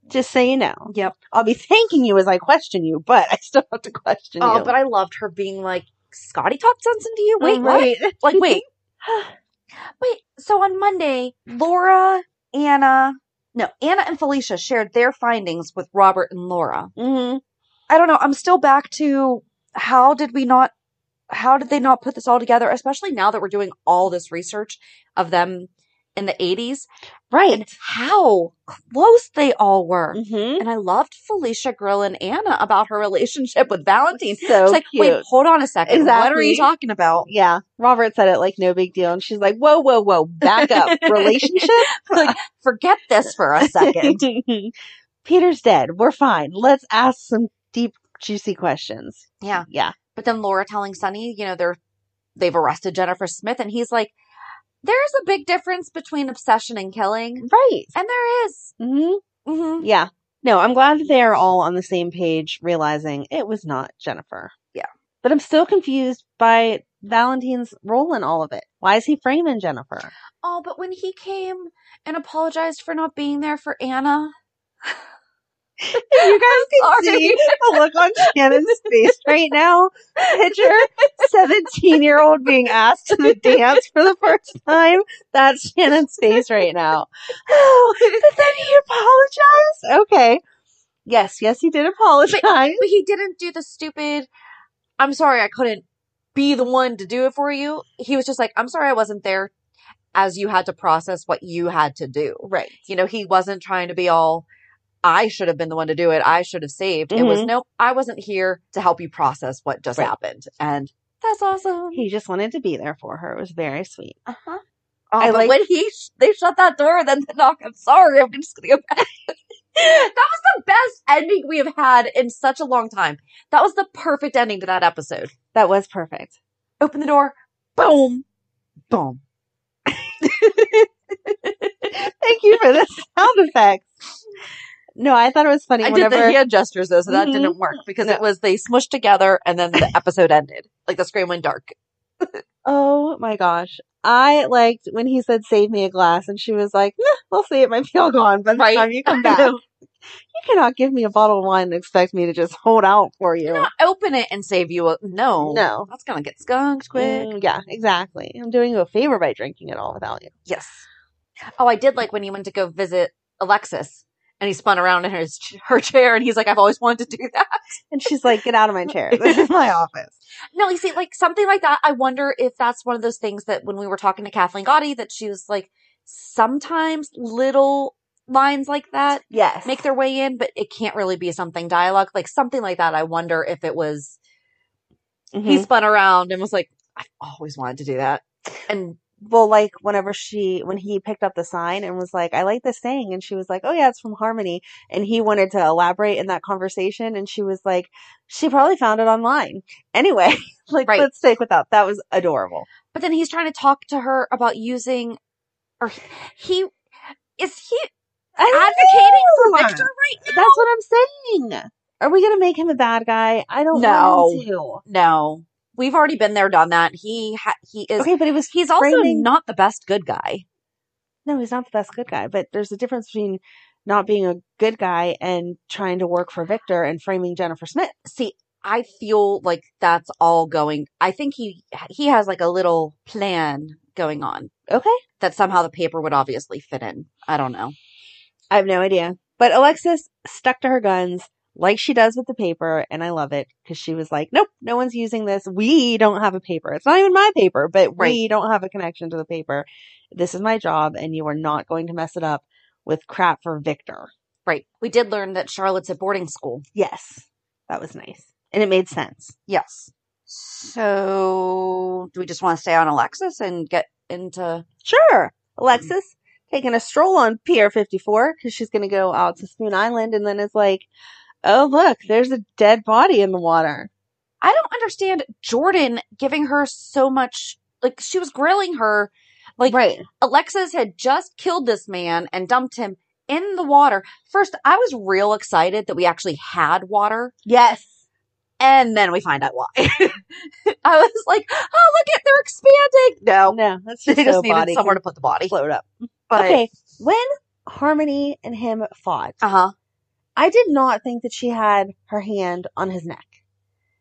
Speaker 1: just so you know.
Speaker 2: Yep.
Speaker 1: I'll be thanking you as I question you, but I still have to question
Speaker 2: Oh,
Speaker 1: you.
Speaker 2: but I loved her being like, Scotty talked sense into you. Wait, what?
Speaker 1: right.
Speaker 2: Like, wait. Oh, wait. So on Monday, Laura, Anna, no, Anna and Felicia shared their findings with Robert and Laura.
Speaker 1: hmm
Speaker 2: I don't know. I'm still back to how did we not, how did they not put this all together, especially now that we're doing all this research of them in the 80s and
Speaker 1: Right.
Speaker 2: how close they all were.
Speaker 1: Mm-hmm.
Speaker 2: And I loved Felicia grilling Anna about her relationship with Valentine.
Speaker 1: So
Speaker 2: It's like,
Speaker 1: cute.
Speaker 2: wait, hold on a second. What are
Speaker 1: Exactly.
Speaker 2: you talking about?
Speaker 1: Yeah. Robert said it like no big deal. And she's like, whoa, whoa, whoa, back up. Relationship?
Speaker 2: like, forget this for a second.
Speaker 1: Peter's dead. We're fine. Let's ask some deep, juicy questions.
Speaker 2: Yeah.
Speaker 1: Yeah.
Speaker 2: But then Laura telling Sonny, you know, they're they've arrested Jennifer Smith, and he's like, There's a big difference between obsession and killing.
Speaker 1: Right.
Speaker 2: And there is.
Speaker 1: hmm
Speaker 2: Mm-hmm.
Speaker 1: Yeah. No, I'm glad that they are all on the same page, realizing it was not Jennifer.
Speaker 2: Yeah.
Speaker 1: But I'm still confused by Valentine's role in all of it. Why is he framing Jennifer?
Speaker 2: Oh, but when he came and apologized for not being there for Anna.
Speaker 1: You guys
Speaker 2: I'm
Speaker 1: can see
Speaker 2: sorry.
Speaker 1: the look on Shannon's face right now. Picture 17 year old being asked to the dance for the first time. That's Shannon's face right now. Oh, but then he apologized? Okay. Yes, yes, he did apologize.
Speaker 2: But he didn't do the stupid, I'm sorry, I couldn't be the one to do it for you. He was just like, I'm sorry I wasn't there as you had to process what you had to do.
Speaker 1: right.
Speaker 2: You know, he wasn't trying to be all, I should have been the one to do it. I should have saved. It was,
Speaker 1: Mhm.
Speaker 2: no, I wasn't here to help you process what just
Speaker 1: Right.
Speaker 2: happened. And that's awesome.
Speaker 1: He just wanted to be there for her. It was very sweet.
Speaker 2: uh-huh.
Speaker 1: I
Speaker 2: I but
Speaker 1: like-
Speaker 2: when he sh- they shut that door and then the knock, I'm sorry, I'm just gonna go back. that was the best ending we have had in such a long time. That was the perfect ending to that episode.
Speaker 1: That was perfect.
Speaker 2: Open the door, boom, boom.
Speaker 1: Thank you for the sound effects. No, I thought it was funny
Speaker 2: I did
Speaker 1: whenever
Speaker 2: the hand gestures though, so that
Speaker 1: Mhm.
Speaker 2: didn't work because
Speaker 1: No.
Speaker 2: it was they smushed together and then the episode ended. Like the screen went dark.
Speaker 1: Oh my gosh. I liked when he said save me a glass and she was like, "Nah, we'll see it might be all gone by the
Speaker 2: Right.
Speaker 1: time you come back.
Speaker 2: No.
Speaker 1: You cannot give me a bottle of wine and expect me to just hold out for you.
Speaker 2: Not open it and save you a no.
Speaker 1: No.
Speaker 2: That's gonna get skunked quick.
Speaker 1: Mm, yeah, exactly. I'm doing you a favor by drinking it all without you.
Speaker 2: Yes. Oh, I did like when he went to go visit Alexis and he spun around in his her chair and he's like, I've always wanted to do that.
Speaker 1: And she's like, get out of my chair. This is my office.
Speaker 2: No, you see, like something like that. I wonder if that's one of those things that when we were talking to Kathleen Gotti, that she was like, sometimes little lines like that
Speaker 1: Yes.
Speaker 2: make their way in, but it can't really be something dialogue. Like something like that. I wonder if it was
Speaker 1: Mhm.
Speaker 2: he spun around and was like, I've always wanted to do that. And
Speaker 1: well, like whenever she, when he picked up the sign and was like, I like this saying. And she was like, Oh yeah, it's from Harmony. And he wanted to elaborate in that conversation. And she was like, she probably found it online. Anyway, like
Speaker 2: Right.
Speaker 1: let's stick with that. That was adorable.
Speaker 2: but then he's trying to talk to her about using or he, he is he advocating for Victor right now?
Speaker 1: That's what I'm saying. Are we going to make him a bad guy? I don't
Speaker 2: No.
Speaker 1: want him to.
Speaker 2: No. we've already been there, done that. He ha- he is.
Speaker 1: Okay, but it was
Speaker 2: He's also
Speaker 1: framing-
Speaker 2: not the best good guy.
Speaker 1: no, he's not the best good guy, but there's a difference between not being a good guy and trying to work for Victor and framing Jennifer Smith.
Speaker 2: see i feel like that's all going i think he he has like a little plan going on
Speaker 1: Okay.
Speaker 2: that somehow the paper would obviously fit in i don't know
Speaker 1: I have no idea. But Alexis stuck to her guns like she does with the paper, and I love it because she was like, nope, no one's using this. We don't have a paper. It's not even my paper, but we
Speaker 2: Right.
Speaker 1: don't have a connection to the paper. This is my job, and you are not going to mess it up with crap for Victor.
Speaker 2: right we did learn that charlotte's at boarding school
Speaker 1: Yes, that was nice. And it made sense.
Speaker 2: yes so do we just want to stay on alexis and get into
Speaker 1: Sure. Alexis taking a stroll on Pier 54 because she's going to go out to Spoon Island and then it's like, oh, look, there's a dead body in the water.
Speaker 2: i don't understand jordan giving her so much like she was grilling her like
Speaker 1: right.
Speaker 2: Alexis had just killed this man and dumped him in the water. First, I was real excited that we actually had water,
Speaker 1: Yes.
Speaker 2: and then we find out why. I was like, "Oh, look at they're expanding." No,
Speaker 1: No, that's just
Speaker 2: they
Speaker 1: so
Speaker 2: just
Speaker 1: body
Speaker 2: needed somewhere to
Speaker 1: can
Speaker 2: put the body.
Speaker 1: float up.
Speaker 2: But
Speaker 1: okay. When Harmony and him fought,
Speaker 2: uh huh,
Speaker 1: I did not think that she had her hand on his neck.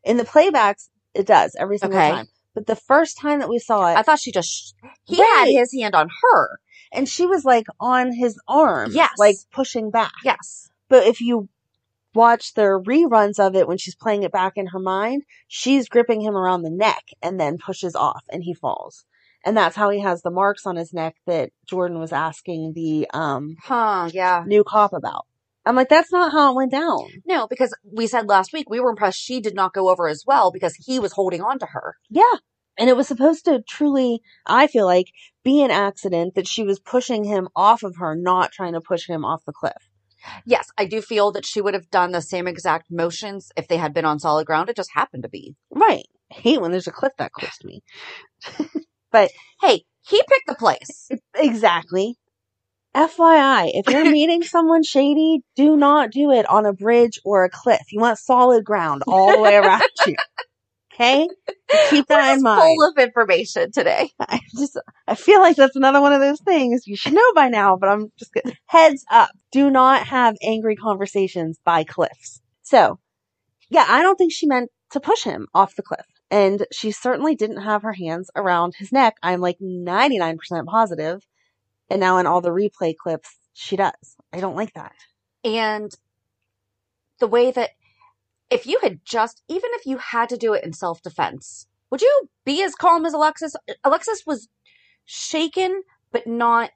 Speaker 1: In the playbacks, it does every single
Speaker 2: Okay.
Speaker 1: time. But the first time that we saw it,
Speaker 2: I thought she just he
Speaker 1: Right.
Speaker 2: had his hand on her.
Speaker 1: and she was like on his arm,
Speaker 2: Yes.
Speaker 1: like pushing back.
Speaker 2: Yes,
Speaker 1: But if you watch the reruns of it when she's playing it back in her mind, she's gripping him around the neck and then pushes off and he falls. And that's how he has the marks on his neck that Jordan was asking the um
Speaker 2: huh? Yeah,
Speaker 1: new cop about. I'm like, that's not how it went down.
Speaker 2: no, because we said last week we were impressed she did not go over as well because he was holding on to her.
Speaker 1: Yeah. And it was supposed to truly, I feel like, be an accident that she was pushing him off of her, not trying to push him off the cliff.
Speaker 2: Yes, I do feel that she would have done the same exact motions if they had been on solid ground. It just happened to be.
Speaker 1: Right. I hate when there's a cliff that close to me. but
Speaker 2: Hey, he picked the place.
Speaker 1: Exactly. FYI, if you're meeting someone shady, do not do it on a bridge or a cliff. You want solid ground all the way around you. Okay? Keep
Speaker 2: We're
Speaker 1: that in
Speaker 2: just
Speaker 1: mind.
Speaker 2: full of information today.
Speaker 1: I just I feel like that's another one of those things you should know by now, but I'm just getting heads up. Do not have angry conversations by cliffs. So, yeah, I don't think she meant to push him off the cliff. And she certainly didn't have her hands around his neck. I'm like 99% positive. And now in all the replay clips, she does. I don't like that.
Speaker 2: And the way that if you had just, even if you had to do it in self defense, would you be as calm as Alexis? Alexis was shaken, but not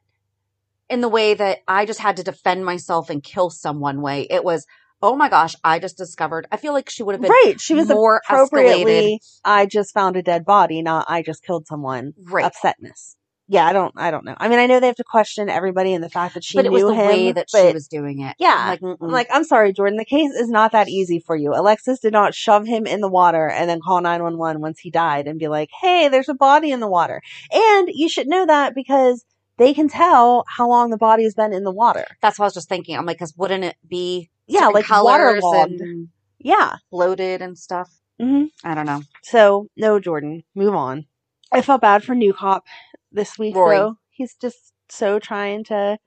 Speaker 2: in the way that I just had to defend myself and kill someone way. It was, oh my gosh, I just discovered. I feel like she would have been
Speaker 1: Right. She was
Speaker 2: more escalated.
Speaker 1: appropriately, I just found a dead body, not I just killed someone.
Speaker 2: Right.
Speaker 1: Upsetness. Yeah, I don't, I don't know. I mean, I know they have to question everybody and the fact that she
Speaker 2: but
Speaker 1: knew
Speaker 2: it was the
Speaker 1: him,
Speaker 2: way that she
Speaker 1: but
Speaker 2: was doing it.
Speaker 1: Yeah.
Speaker 2: I'm like,
Speaker 1: I'm
Speaker 2: mm-mm.
Speaker 1: like, I'm sorry, Jordan. The case is not that easy for you. Alexis did not shove him in the water and then call 911 once he died and be like, hey, there's a body in the water. And you should know that because they can tell how long the body has been in the water.
Speaker 2: that's what I was just thinking. I'm like, because wouldn't it be
Speaker 1: Yeah,
Speaker 2: different
Speaker 1: like
Speaker 2: colors
Speaker 1: waterlogged.
Speaker 2: and
Speaker 1: Yeah.
Speaker 2: bloated and stuff?
Speaker 1: hmm
Speaker 2: I don't know.
Speaker 1: So, no, Jordan, move on. I felt bad for New Cop this week,
Speaker 2: Rory.
Speaker 1: though. He's just so trying to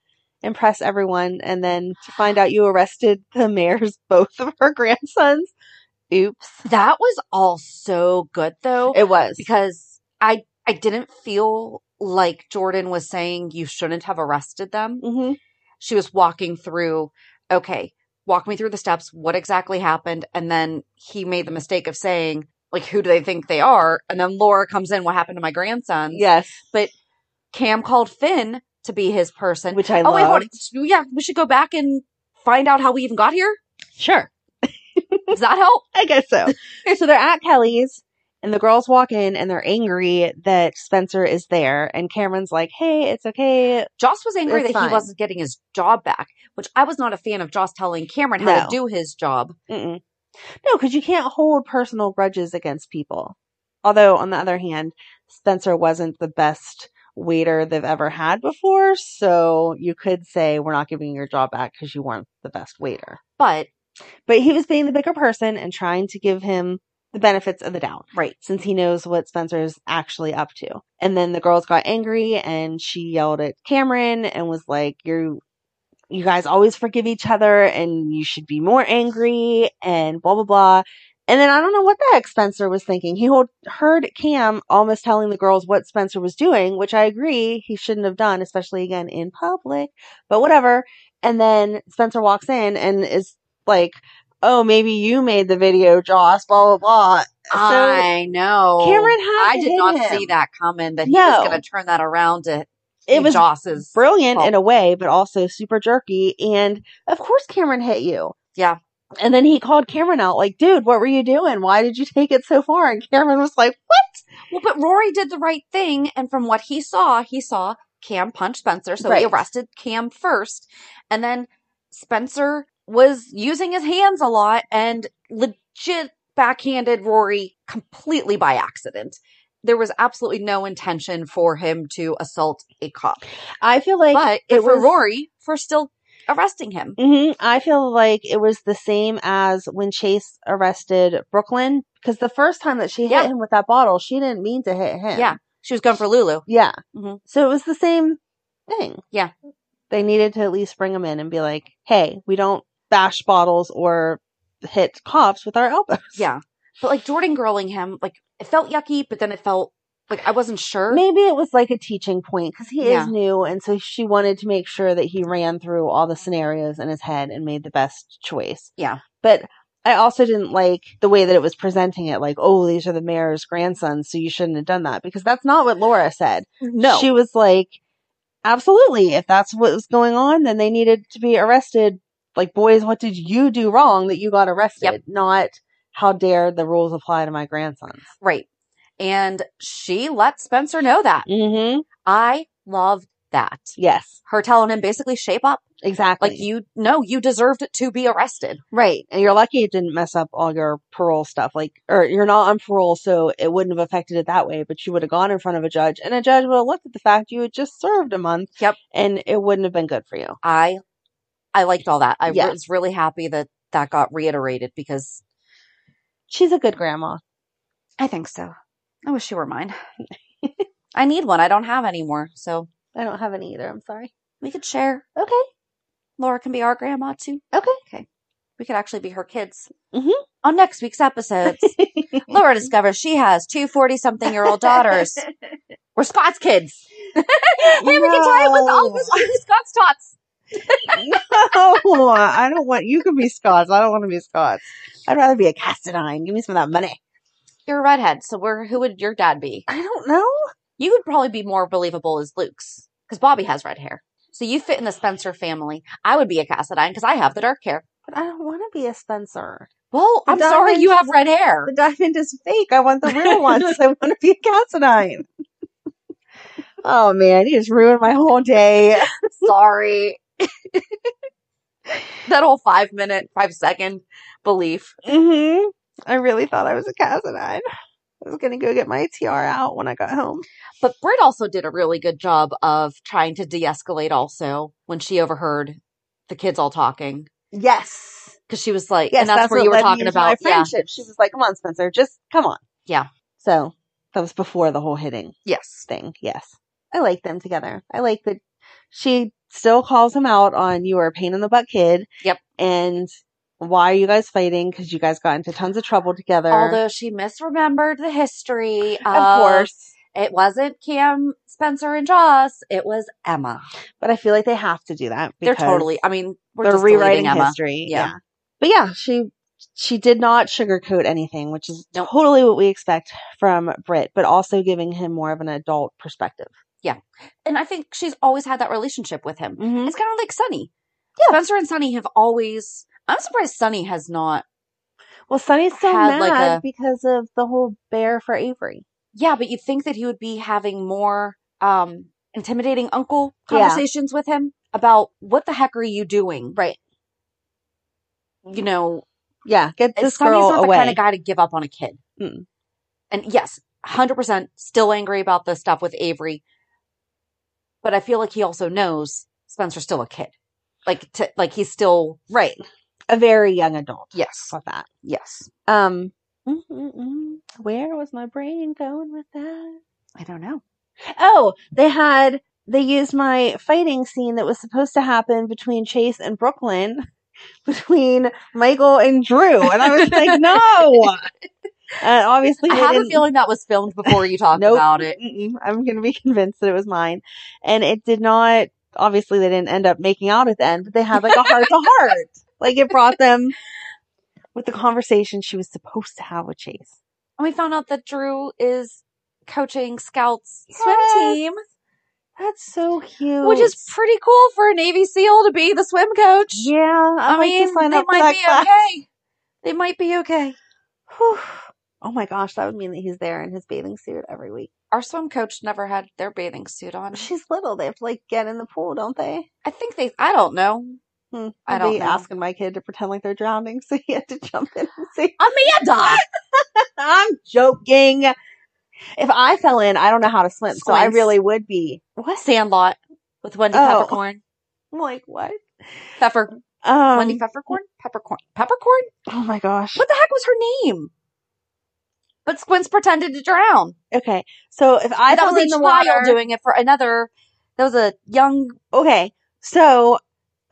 Speaker 1: impress everyone. And then to find out you arrested the mayor's both of her grandsons. Oops.
Speaker 2: That was all so good though,
Speaker 1: It was.
Speaker 2: because I I didn't feel like Jordan was saying you shouldn't have arrested them.
Speaker 1: hmm
Speaker 2: She was walking through. Okay, walk me through the steps. What exactly happened? And then he made the mistake of saying like, who do they think they are? And then Laura comes in. What happened to my grandsons?
Speaker 1: Yes.
Speaker 2: Cam called Finn to be his person.
Speaker 1: Which I
Speaker 2: oh wait, hold
Speaker 1: loved.
Speaker 2: on. Yeah, we should go back and find out how we even got here.
Speaker 1: Sure.
Speaker 2: Does that help?
Speaker 1: I guess so. so they're at Kelly's and the girls walk in and they're angry that Spencer is there and Cameron's like, Hey, it's okay.
Speaker 2: Joss was angry
Speaker 1: It's
Speaker 2: that
Speaker 1: fine.
Speaker 2: he wasn't getting his job back, which I was not a fan of Joss telling Cameron how
Speaker 1: No.
Speaker 2: to do his job.
Speaker 1: Mm-mm. No, because you can't hold personal grudges against people. Although on the other hand, Spencer wasn't the best waiter they've ever had before, so you could say we're not giving your job back because you weren't the best waiter.
Speaker 2: But
Speaker 1: But he was being the bigger person and trying to give him the benefits of the doubt
Speaker 2: Right.
Speaker 1: since he knows what Spencer's actually up to. And then the girls got angry and she yelled at Cameron and was like, You you guys always forgive each other and you should be more angry and blah blah blah. And then I don't know what the heck Spencer was thinking. He hold, heard Cam almost telling the girls what Spencer was doing, which I agree he shouldn't have done, especially again in public, but whatever. And then Spencer walks in and is like, Oh, maybe you made the video, Joss, blah, blah, blah.
Speaker 2: I know.
Speaker 1: Uh, Cameron had
Speaker 2: I
Speaker 1: to
Speaker 2: did
Speaker 1: hit
Speaker 2: not
Speaker 1: him.
Speaker 2: see that coming that he
Speaker 1: No.
Speaker 2: was going to turn that around to
Speaker 1: it was
Speaker 2: Joss's.
Speaker 1: brilliant
Speaker 2: fault.
Speaker 1: in a way, but also super jerky. And of course, Cameron hit you.
Speaker 2: Yeah.
Speaker 1: And then he called Cameron out, like, dude, what were you doing? Why did you take it so far? And Cameron was like, what?
Speaker 2: Well, but Rory did the right thing, and from what he saw, he saw Cam punch Spencer, so
Speaker 1: Right.
Speaker 2: he arrested Cam first, and then Spencer was using his hands a lot and legit backhanded Rory completely by accident. There was absolutely no intention for him to assault a cop,
Speaker 1: I feel like
Speaker 2: but
Speaker 1: it
Speaker 2: it for
Speaker 1: was-
Speaker 2: Rory for still arresting him.
Speaker 1: hmm I feel like it was the same as when Chase arrested Brooklyn because the first time that she hit
Speaker 2: Yeah.
Speaker 1: him with that bottle, she didn't mean to hit him.
Speaker 2: Yeah, she was going for Lulu.
Speaker 1: Yeah.
Speaker 2: Mhm.
Speaker 1: So it was the same thing.
Speaker 2: Yeah.
Speaker 1: They needed to at least bring him in and be like, hey, we don't bash bottles or hit cops with our elbows.
Speaker 2: Yeah, but like Jordan Girlingham, like it felt yucky, but then it felt like I wasn't sure.
Speaker 1: Maybe it was like a teaching point because he
Speaker 2: Yeah.
Speaker 1: is new. And so she wanted to make sure that he ran through all the scenarios in his head and made the best choice.
Speaker 2: Yeah.
Speaker 1: But I also didn't like the way that it was presenting it like, oh, these are the mayor's grandsons. So you shouldn't have done that because that's not what Laura said.
Speaker 2: No,
Speaker 1: She was like, absolutely. If that's what was going on, then they needed to be arrested. Like, boys, what did you do wrong that you got arrested?
Speaker 2: Yep.
Speaker 1: Not how dare the rules apply to my grandsons.
Speaker 2: Right. And she let Spencer know that.
Speaker 1: Mm hmm.
Speaker 2: I love that.
Speaker 1: Yes.
Speaker 2: Her telling him basically shape up.
Speaker 1: Exactly.
Speaker 2: Like you know, you deserved to be arrested.
Speaker 1: Right. And you're lucky it didn't mess up all your parole stuff. Like, or you're not on parole, so it wouldn't have affected it that way, but you would have gone in front of a judge and a judge would have looked at the fact you had just served a month.
Speaker 2: Yep.
Speaker 1: And it wouldn't have been good for you.
Speaker 2: I I liked all that. I
Speaker 1: Yeah.
Speaker 2: was really happy that that got reiterated because
Speaker 1: She's a good grandma.
Speaker 2: I think so. I wish you were mine. I need one. I don't have any more. So
Speaker 1: I don't have any either. I'm sorry.
Speaker 2: we could share.
Speaker 1: Okay.
Speaker 2: Laura can be our grandma too.
Speaker 1: Okay.
Speaker 2: We could actually be her kids.
Speaker 1: Mhm.
Speaker 2: On next week's episodes, Laura discovers she has two 40 something year old daughters. We're Scott's kids. and we can tie it with all this with Scott's tots.
Speaker 1: no, I don't want, you can be Scots. I don't want to be Scots. I'd rather be a Castanine. Give me some of that money.
Speaker 2: You're a redhead, so where who would your dad be?
Speaker 1: I don't know.
Speaker 2: You would probably be more believable as Luke's because Bobby has red hair. So you fit in the Spencer family. I would be a Cassadine because I have the dark hair.
Speaker 1: But I don't want to be a Spencer.
Speaker 2: Well,
Speaker 1: The
Speaker 2: I'm sorry
Speaker 1: diamond-
Speaker 2: you have red hair.
Speaker 1: The diamond is fake. I want the real ones. I want to be a Cassadine. Oh man, you just ruined my whole day.
Speaker 2: sorry. that whole five minute, five second belief.
Speaker 1: hmm I really thought I was a Cassadine. I was gonna go get my TR out when I got home.
Speaker 2: But Britt also did a really good job of trying to de escalate also when she overheard the kids all talking.
Speaker 1: Yes,
Speaker 2: Because she was like,
Speaker 1: yes,
Speaker 2: and that's, where
Speaker 1: what
Speaker 2: you were
Speaker 1: led me
Speaker 2: talking
Speaker 1: into
Speaker 2: about.
Speaker 1: my
Speaker 2: Yeah.
Speaker 1: friendship. She was like, "Come on, Spencer, just come on."
Speaker 2: Yeah.
Speaker 1: So that was before the whole hitting
Speaker 2: Yes.
Speaker 1: thing. Yes, I like them together. I like that she still calls him out on you are a pain in the butt kid.
Speaker 2: Yep.
Speaker 1: And why are you guys fighting? Because you guys got into tons of trouble together.
Speaker 2: Although she misremembered the history. Of,
Speaker 1: of course.
Speaker 2: It wasn't Cam, Spencer, and Joss. It was Emma.
Speaker 1: But I feel like they have to do that.
Speaker 2: They're
Speaker 1: Because
Speaker 2: totally, I mean, we're
Speaker 1: they're
Speaker 2: just deleting
Speaker 1: rewriting
Speaker 2: Emma.
Speaker 1: history.
Speaker 2: Yeah.
Speaker 1: But yeah, she she did not sugarcoat anything, which is
Speaker 2: Nope.
Speaker 1: totally what we expect from Brit, but also giving him more of an adult perspective.
Speaker 2: And I think she's always had that relationship with him.
Speaker 1: Mm-hmm.
Speaker 2: It's kind of like Sunny.
Speaker 1: Yeah.
Speaker 2: Spencer and Sunny have always. I'm surprised Sunny has not.
Speaker 1: Well, Sunny's so
Speaker 2: Had,
Speaker 1: mad
Speaker 2: like, a-
Speaker 1: because of the whole bear for Avery.
Speaker 2: Yeah, but you'd think that he would be having more um intimidating uncle
Speaker 1: Yeah.
Speaker 2: conversations with him about what the heck are you doing?
Speaker 1: Right.
Speaker 2: You know,
Speaker 1: Yeah, get this
Speaker 2: Sonny's
Speaker 1: girl
Speaker 2: not the
Speaker 1: away.
Speaker 2: kind of guy to give up on a kid.
Speaker 1: Mm.
Speaker 2: And yes, 100% still angry about the stuff with Avery. But I feel like he also knows Spencer's still a kid. Like to, like he's still
Speaker 1: Right. A very young adult.
Speaker 2: yes.
Speaker 1: With that.
Speaker 2: Yes.
Speaker 1: Um, Mm-mm-mm. Where was my brain going with that?
Speaker 2: I don't know.
Speaker 1: Oh, they had they used my fighting scene that was supposed to happen between Chase and Brooklyn, between Michael and Drew, and I was like, no. And obviously,
Speaker 2: I
Speaker 1: they
Speaker 2: have a
Speaker 1: didn't-
Speaker 2: feeling that was filmed before you talked
Speaker 1: Nope.
Speaker 2: about it.
Speaker 1: Mm-mm. I'm going to be convinced that it was mine, and it did not. Obviously, they didn't end up making out at the end, but they had like a heart to heart. Like it brought them with the conversation she was supposed to have with Chase.
Speaker 2: And we found out that Drew is coaching Scouts swim
Speaker 1: Yes.
Speaker 2: team,
Speaker 1: That's so cute.
Speaker 2: which is pretty cool for a Navy SEAL to be the swim coach.
Speaker 1: yeah. I'd
Speaker 2: I
Speaker 1: like
Speaker 2: mean,
Speaker 1: to sign
Speaker 2: they
Speaker 1: up for
Speaker 2: might
Speaker 1: that
Speaker 2: be
Speaker 1: class.
Speaker 2: okay. They might be okay.
Speaker 1: Whew. Oh my gosh, that would mean that he's there in his bathing suit every week.
Speaker 2: Our swim coach never had their bathing suit on.
Speaker 1: She's little; they have to like get in the pool, don't they?
Speaker 2: I think they. I don't know.
Speaker 1: Hmm.
Speaker 2: I
Speaker 1: I'd
Speaker 2: don't
Speaker 1: be
Speaker 2: know.
Speaker 1: asking my kid to pretend like they're drowning, so he had to jump in and see.
Speaker 2: Amanda.
Speaker 1: I'm joking. If I fell in, I don't know how to swim, so I
Speaker 2: Squints.
Speaker 1: really would be.
Speaker 2: What? Sandlot with Wendy
Speaker 1: Oh.
Speaker 2: Peppercorn.
Speaker 1: I'm like, what?
Speaker 2: Pepper.
Speaker 1: Um,
Speaker 2: Wendy Peppercorn. Peppercorn. Peppercorn.
Speaker 1: oh my gosh.
Speaker 2: What the heck was her name? But Squints pretended to drown.
Speaker 1: Okay, so if I
Speaker 2: But that
Speaker 1: fell
Speaker 2: was a
Speaker 1: in the
Speaker 2: child
Speaker 1: water,
Speaker 2: doing it for another. That was a young.
Speaker 1: okay, so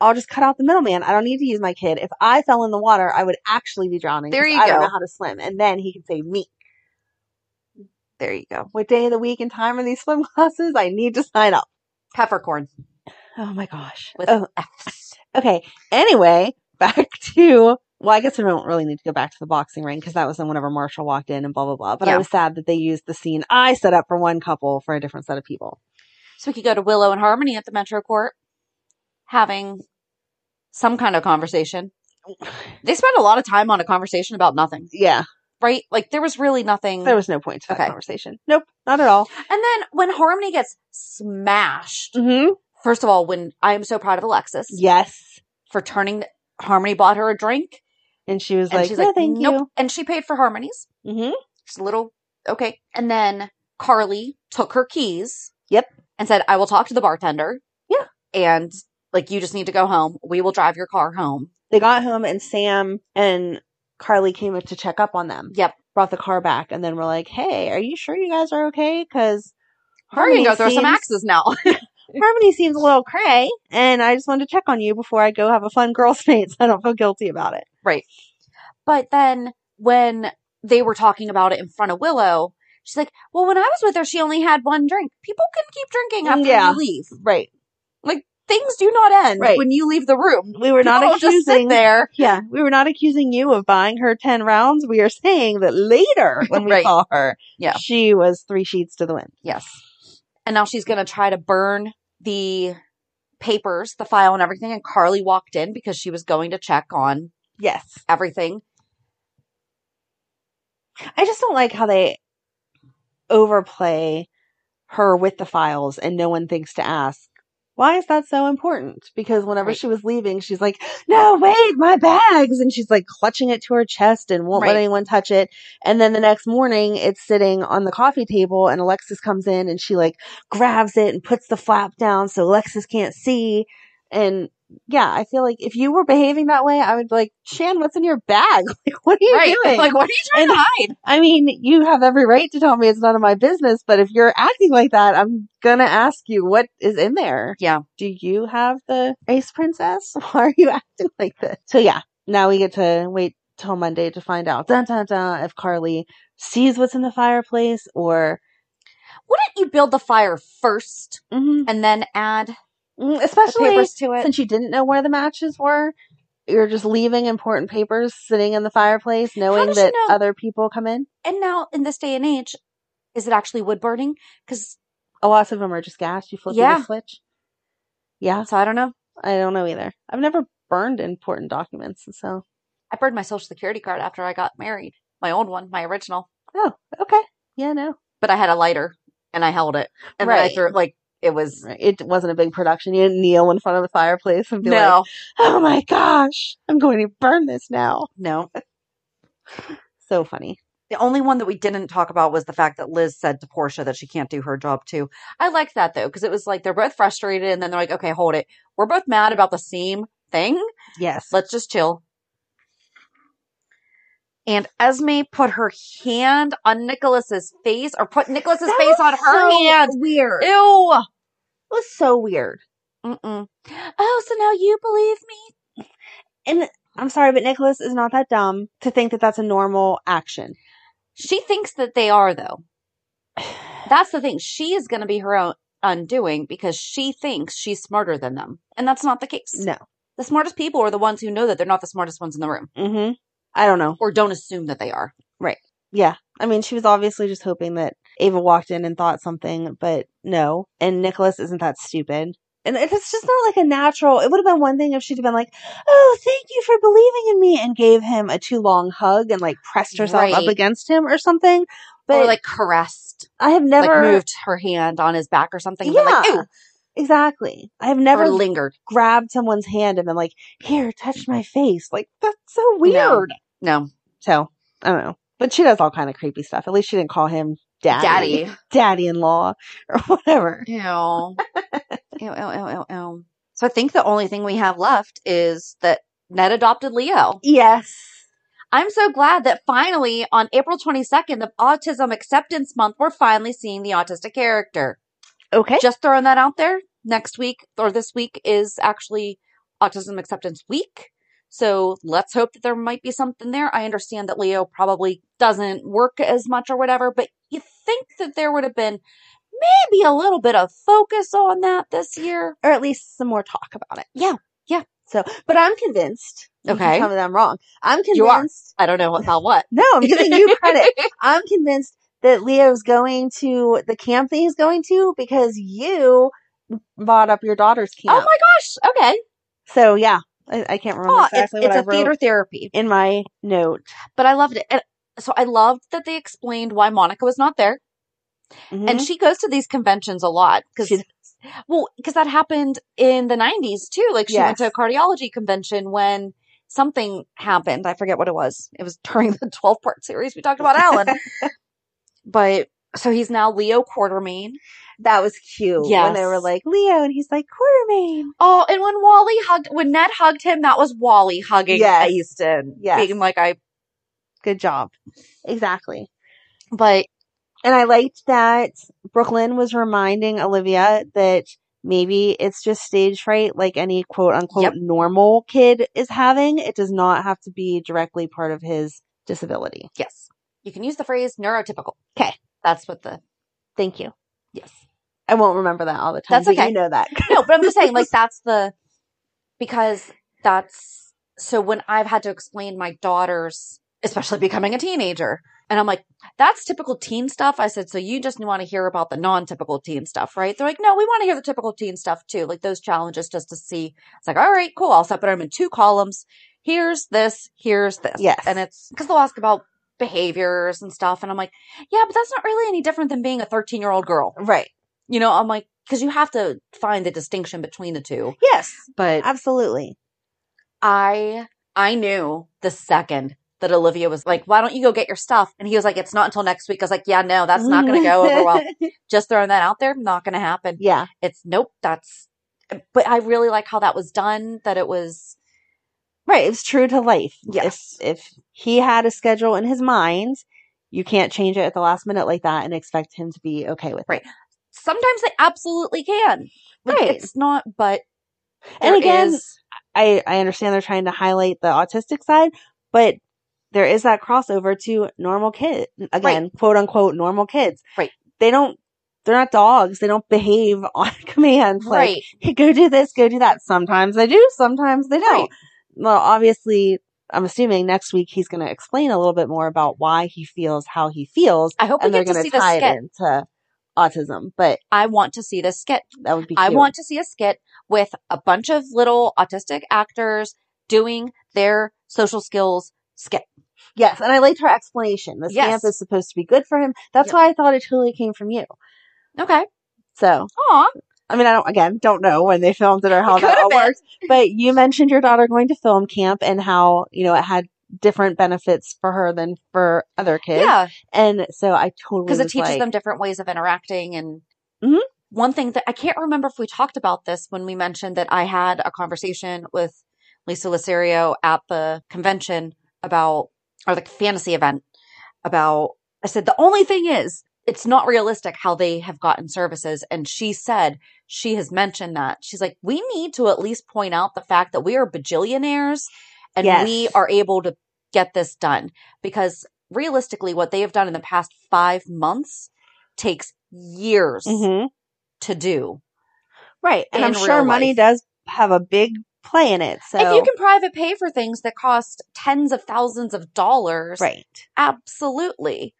Speaker 1: I'll just cut out the middleman. I don't need to use my kid. If I fell in the water, I would actually be drowning.
Speaker 2: There
Speaker 1: 'cause
Speaker 2: you
Speaker 1: I don't
Speaker 2: go.
Speaker 1: know how to swim, and then he can save me.
Speaker 2: There you go.
Speaker 1: What day of the week and time are these swim classes? I need to sign up.
Speaker 2: Peppercorn
Speaker 1: Oh my gosh.
Speaker 2: with
Speaker 1: Oh,
Speaker 2: F's.
Speaker 1: okay. Anyway, back to. Well, I guess we don't really need to go back to the boxing ring because that was then whenever Marshall walked in and blah blah blah. But I
Speaker 2: Yeah.
Speaker 1: was sad that they used the scene I set up for one couple for a different set of people.
Speaker 2: So we could go to Willow and Harmony at the Metro Court, having some kind of conversation. They spent a lot of time on a conversation about nothing,
Speaker 1: Yeah,
Speaker 2: right? Like there was really nothing.
Speaker 1: there was no point to that
Speaker 2: Mm-hmm. Okay.
Speaker 1: conversation. Nope, not at all.
Speaker 2: and then when Harmony gets smashed,
Speaker 1: hmm
Speaker 2: first of all, when I am so proud of Alexis
Speaker 1: Yes,
Speaker 2: for turning Harmony bought her a drink,
Speaker 1: and she was
Speaker 2: and
Speaker 1: like,
Speaker 2: she's
Speaker 1: "No,
Speaker 2: like,
Speaker 1: thank
Speaker 2: nope, and she paid for Harmony's.
Speaker 1: you." hmm
Speaker 2: Just a little okay. And then Carly took her keys.
Speaker 1: Yep.
Speaker 2: And said, I will talk to the bartender.
Speaker 1: Yeah.
Speaker 2: And like you just need to go home. We will drive your car home.
Speaker 1: They got home, and Sam and Carly came up to check up on them.
Speaker 2: Yep.
Speaker 1: Brought the car back, and then we're like, "Hey, are you sure you guys are okay?" Because
Speaker 2: We're gonna
Speaker 1: Harmony
Speaker 2: go throw
Speaker 1: seems
Speaker 2: some axes now.
Speaker 1: Harmony seems a little cray, and I just wanted to check on you before I go have a fun girls' night, so I don't feel guilty about it.
Speaker 2: Right. But then when they were talking about it in front of Willow, she's like, Well, when I was with her, she only had one drink. People can keep drinking after
Speaker 1: Yeah.
Speaker 2: you leave.
Speaker 1: Right.
Speaker 2: Like things do not end
Speaker 1: Right.
Speaker 2: when you leave the room.
Speaker 1: We were not
Speaker 2: People don't just sit
Speaker 1: accusing.
Speaker 2: there.
Speaker 1: yeah, we were not accusing you of buying her ten rounds. We are saying that later, when we
Speaker 2: Right.
Speaker 1: saw her,
Speaker 2: Yeah.
Speaker 1: she was three sheets to the wind.
Speaker 2: Yes. And now she's gonna try to burn the papers, the file and everything. And Carly walked in because she was going to check on
Speaker 1: Yes,
Speaker 2: everything.
Speaker 1: I just don't like how they overplay her with the files and no one thinks to ask, why is that so important? Because whenever
Speaker 2: Right.
Speaker 1: she was leaving, she's like, no, wait, my bags. And she's like clutching it to her chest and won't let
Speaker 2: Right.
Speaker 1: anyone touch it. And then the next morning, it's sitting on the coffee table and Alexis comes in and she like grabs it and puts the flap down so Alexis can't see. And yeah, I feel like if you were behaving that way, I would be like, Shan, what's in your bag? Like, what are you
Speaker 2: right.
Speaker 1: doing?
Speaker 2: Like, what are you trying
Speaker 1: And-
Speaker 2: to hide?
Speaker 1: I mean, you have every right to tell me it's none of my business, but if you're acting like that, I'm gonna ask you what is in there.
Speaker 2: Yeah.
Speaker 1: Do you have the Ace Princess? Why are you acting like this? So yeah, now we get to wait till Monday to find out dun, dun, dun, if Carly sees what's in the fireplace or
Speaker 2: Wouldn't you build the fire first
Speaker 1: Mhm.
Speaker 2: and then add
Speaker 1: Mm,
Speaker 2: the
Speaker 1: especially
Speaker 2: papers to it?
Speaker 1: since you didn't know where the matches were. You're just leaving important papers sitting in the fireplace, knowing
Speaker 2: does she
Speaker 1: that
Speaker 2: know-
Speaker 1: other people come in.
Speaker 2: and now in this day and age, is it actually wood burning? Because
Speaker 1: A lot of them are just gas. You flip
Speaker 2: Yeah.
Speaker 1: the switch. Yeah.
Speaker 2: so I don't know.
Speaker 1: I don't know either. I've never burned important documents, so
Speaker 2: I burned my social security card after I got married, my old one, my original,
Speaker 1: oh, okay, yeah, no,
Speaker 2: but I had a lighter and I held it and then
Speaker 1: Right.
Speaker 2: I threw it like it was
Speaker 1: right. it wasn't a big production. You didn't kneel in front of the fireplace and be
Speaker 2: no,
Speaker 1: like, "Oh my gosh, I'm going to burn this now."
Speaker 2: no.
Speaker 1: So funny.
Speaker 2: The only one that we didn't talk about was the fact that Liz said to Portia that she can't do her job too. I like that though because it was like they're both frustrated and then they're like, okay, hold it, we're both mad about the same thing.
Speaker 1: Yes,
Speaker 2: Let's just chill. and Esme put her hand on Nicholas's face or put Nicholas's
Speaker 1: That
Speaker 2: face
Speaker 1: was
Speaker 2: on her
Speaker 1: so
Speaker 2: hand.
Speaker 1: Weird. It
Speaker 2: Ew.
Speaker 1: was so weird.
Speaker 2: Mm-mm. Oh, so now you believe me?
Speaker 1: I'm sorry, but Nicholas is not that dumb to think that that's a normal action.
Speaker 2: She thinks that they are, though. That's the thing. She is going to be her own undoing because she thinks she's smarter than them. And that's not the case.
Speaker 1: No.
Speaker 2: The smartest people are the ones who know that they're not the smartest ones in the room
Speaker 1: Mm-hmm. I don't know.
Speaker 2: or don't assume that they are.
Speaker 1: Yeah. I mean, she was obviously just hoping that Ava walked in and thought something, but no. And Nicholas isn't that stupid. And it- it's just not like a natural. It would have been one thing if she'd have been like, "Oh, thank you for believing in me," and gave him a too long hug and like pressed herself up
Speaker 2: Right.
Speaker 1: against him or something. But
Speaker 2: or like caressed,
Speaker 1: I have never
Speaker 2: like moved her hand on his back or something. And been like,
Speaker 1: Yeah.
Speaker 2: ew,
Speaker 1: Exactly. I have
Speaker 2: never
Speaker 1: never
Speaker 2: lingered.
Speaker 1: grabbed someone's hand and been like, "Here, touch my face." Like that's so
Speaker 2: No.
Speaker 1: weird.
Speaker 2: No.
Speaker 1: So I don't know. But she does all kind of creepy stuff. At least she didn't call him daddy,
Speaker 2: Daddy.
Speaker 1: daddy in law, or whatever.
Speaker 2: Ew. ew, ew, ew, ew, ew. So I think the only thing we have left is that Ned adopted Leo.
Speaker 1: Yes.
Speaker 2: I'm so glad that finally on April 22nd of Autism Acceptance Month, we're finally seeing the autistic character.
Speaker 1: Okay.
Speaker 2: Just throwing that out there. Next week or this week is actually Autism Acceptance Week. So let's hope that there might be something there. I understand that Leo probably doesn't work as much or whatever, but you think that there would have been maybe a little bit of focus on that this year.
Speaker 1: or at least some more talk about it.
Speaker 2: Yeah, yeah.
Speaker 1: So, but I'm convinced. You can
Speaker 2: Okay.
Speaker 1: tell me that I'm wrong. I'm
Speaker 2: You are.
Speaker 1: convinced.
Speaker 2: I don't know about what.
Speaker 1: No, I'm giving you credit. I'm convinced that Leo's going to the camp that he's going to because you bought up your daughter's camp.
Speaker 2: Oh my gosh. Okay.
Speaker 1: So yeah, I, I can't remember
Speaker 2: Oh, it's,
Speaker 1: exactly what
Speaker 2: it's
Speaker 1: I
Speaker 2: a
Speaker 1: wrote
Speaker 2: theater therapy,
Speaker 1: in my note.
Speaker 2: but I loved it. And so I loved that they explained why Monica was not there. And
Speaker 1: Mhm.
Speaker 2: she goes to these conventions a lot because,
Speaker 1: She
Speaker 2: well, because that happened in the 90s too. Like she went to a
Speaker 1: Yes.
Speaker 2: cardiology convention when something happened. I forget what it was. It was during the 12 part series we talked about Alan. but so he's now Leo Quartermain.
Speaker 1: that was cute when they were
Speaker 2: Yes.
Speaker 1: like Leo, and he's like Quartermain.
Speaker 2: Oh, and when Wally hugged, when Ned hugged him, that was Wally hugging
Speaker 1: Yes.
Speaker 2: Easton.
Speaker 1: Yes.
Speaker 2: Being like, I,
Speaker 1: Good job. Exactly.
Speaker 2: but
Speaker 1: And I liked that Brooklyn was reminding Olivia that maybe it's just stage fright, like any quote unquote normal kid is having. It does not have to be directly part of his disability.
Speaker 2: Yes. You can use the phrase neurotypical.
Speaker 1: 'Kay.
Speaker 2: That's what the
Speaker 1: Thank you.
Speaker 2: yes.
Speaker 1: I won't remember that all the time.
Speaker 2: That's
Speaker 1: but
Speaker 2: okay.
Speaker 1: You know that.
Speaker 2: No, but I'm just saying like that's the because that's so when I've had to explain my daughters especially becoming a teenager and I'm like that's typical teen stuff. I said so you just want to hear about the non-typical teen stuff, right? They're like no, we want to hear the typical teen stuff too, like those challenges just to see. It's like all right, cool. I'll separate them in two columns. Here's this, here's this.
Speaker 1: Yes.
Speaker 2: And it's cuz they'll ask about behaviors and stuff and I'm like, yeah, but that's not really any different than being a 13-year-old girl.
Speaker 1: right.
Speaker 2: You know, I'm like, because you have to find the distinction between the two.
Speaker 1: Yes.
Speaker 2: But
Speaker 1: Absolutely.
Speaker 2: I, I knew the second that Olivia was like, "Why don't you go get your stuff?" And he was like, "It's not until next week." I was like, "Yeah, no, that's not going to go over well." Just throwing that out there, not going to happen.
Speaker 1: yeah.
Speaker 2: It's nope. That's. But I really like how that was done. That it was
Speaker 1: Right. It was true to life.
Speaker 2: Yes.
Speaker 1: If, if he had a schedule in his mind, you can't change it at the last minute like that and expect him to be okay with it.
Speaker 2: Right. sometimes they absolutely can. Like,
Speaker 1: Right.
Speaker 2: It's not, but
Speaker 1: And
Speaker 2: there
Speaker 1: again,
Speaker 2: is-
Speaker 1: I, I understand they're trying to highlight the autistic side, but there is that crossover to normal kid again, quote unquote normal kids.
Speaker 2: Right.
Speaker 1: They don't they're not dogs. They don't behave on command. Like,
Speaker 2: right.
Speaker 1: hey, go do this, go do that. Sometimes they do, sometimes they don't.
Speaker 2: Right.
Speaker 1: Well, obviously I'm assuming next week he's gonna explain a little bit more about why he feels how he feels.
Speaker 2: I hope we
Speaker 1: and they're
Speaker 2: get to
Speaker 1: gonna
Speaker 2: see the
Speaker 1: tie it
Speaker 2: skit.
Speaker 1: into autism. But
Speaker 2: I want to see this skit.
Speaker 1: that would be
Speaker 2: I
Speaker 1: cute.
Speaker 2: want to see a skit with a bunch of little autistic actors doing their social skills skit.
Speaker 1: Yes, and I liked her explanation. This
Speaker 2: Yes.
Speaker 1: camp is supposed to be good for him. That's
Speaker 2: Yep.
Speaker 1: why I thought it totally came from you.
Speaker 2: Okay.
Speaker 1: So,
Speaker 2: Aw.
Speaker 1: I mean, I don't again don't know when they filmed it or how
Speaker 2: It could
Speaker 1: that
Speaker 2: have
Speaker 1: all
Speaker 2: been.
Speaker 1: works, but you mentioned your daughter going to film camp and how you know it had different benefits for her than for other kids.
Speaker 2: Yeah.
Speaker 1: and so I totally
Speaker 2: Because it
Speaker 1: was
Speaker 2: teaches
Speaker 1: like,
Speaker 2: them different ways of interacting. And
Speaker 1: Mhm.
Speaker 2: one thing that I can't remember if we talked about this when we mentioned that I had a conversation with Lisa Lisario at the convention about or the fantasy event about I said the only thing is it's not realistic how they have gotten services and she said she has mentioned that she's like we need to at least point out the fact that we are bajillionaires and
Speaker 1: Yes.
Speaker 2: we are able to get this done because realistically what they have done in the past 5 months takes years
Speaker 1: Mm-hmm.
Speaker 2: to do
Speaker 1: Right. And I'm
Speaker 2: In
Speaker 1: sure
Speaker 2: real
Speaker 1: money
Speaker 2: life.
Speaker 1: does have a big play in it. So
Speaker 2: if you can private pay for things that cost tens of thousands of dollars
Speaker 1: right.
Speaker 2: absolutely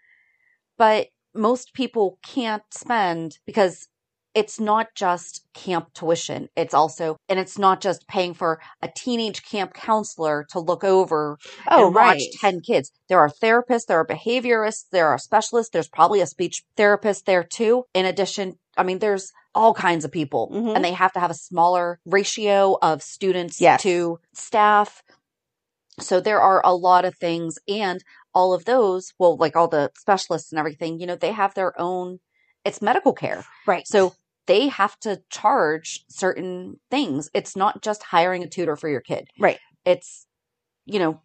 Speaker 2: but most people can't spend because it's not just camp tuition it's also and it's not just paying for a teenage camp counselor to look over
Speaker 1: Oh,
Speaker 2: and
Speaker 1: right.
Speaker 2: watch 10 kids there are therapists there are behaviorists there are specialists there's probably a speech therapist there too in addition i mean there's all kinds of people
Speaker 1: Mhm.
Speaker 2: and they have to have a smaller ratio of students
Speaker 1: Yes.
Speaker 2: to staff so there are a lot of things, and all of those, well, like all the specialists and everything, you know, they have their own, it's medical care.
Speaker 1: Right.
Speaker 2: So they have to charge certain things. It's not just hiring a tutor for your kid.
Speaker 1: Right.
Speaker 2: It's, you know,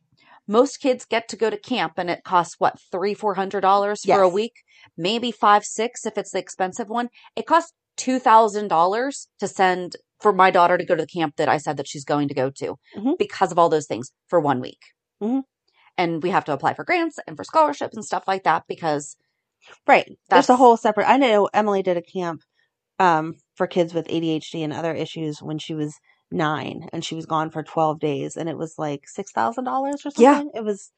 Speaker 2: most kids get to go to camp and it costs what, three, four hundred dollars for a
Speaker 1: Yes.
Speaker 2: week, maybe five, six if it's the expensive one. It costs two thousand dollars to send for my daughter to go to the camp that I said that she's going to go to
Speaker 1: Mhm.
Speaker 2: because of all those things for one week.
Speaker 1: Mhm.
Speaker 2: And we have to apply for grants and for scholarships and stuff like that because
Speaker 1: Right. There's a
Speaker 2: That's-
Speaker 1: whole separate. I know Emily did a camp um, for kids with ADHD and other issues when she was nine, and she was gone for twelve days, and it was like six thousand dollars or
Speaker 2: Yeah.
Speaker 1: something. It was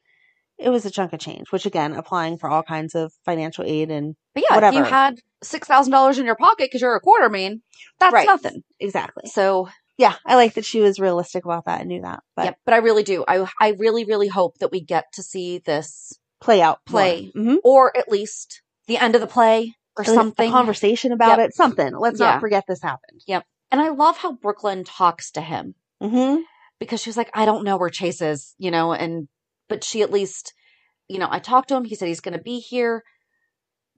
Speaker 1: it was a chunk of change. Which again, applying for all kinds of financial aid and
Speaker 2: but yeah, if
Speaker 1: Whatever.
Speaker 2: you had six thousand dollars in your pocket because you're a quartermain, that's
Speaker 1: Right.
Speaker 2: nothing.
Speaker 1: exactly.
Speaker 2: So
Speaker 1: Yeah, I like that she was realistic about that and knew that, but
Speaker 2: yep, but I really do. I I really really hope that we get to see this
Speaker 1: play out,
Speaker 2: Play.
Speaker 1: hmm
Speaker 2: or at least the end of the play or
Speaker 1: a
Speaker 2: something.
Speaker 1: conversation about
Speaker 2: Yep.
Speaker 1: it, something. Let's
Speaker 2: Yeah.
Speaker 1: not forget this happened.
Speaker 2: and I love how Brooklyn talks to him
Speaker 1: Mm-hmm.
Speaker 2: because she was like, I don't know where Chase is, you know, and but she at least, you know, I talked to him. He said he's going to be here.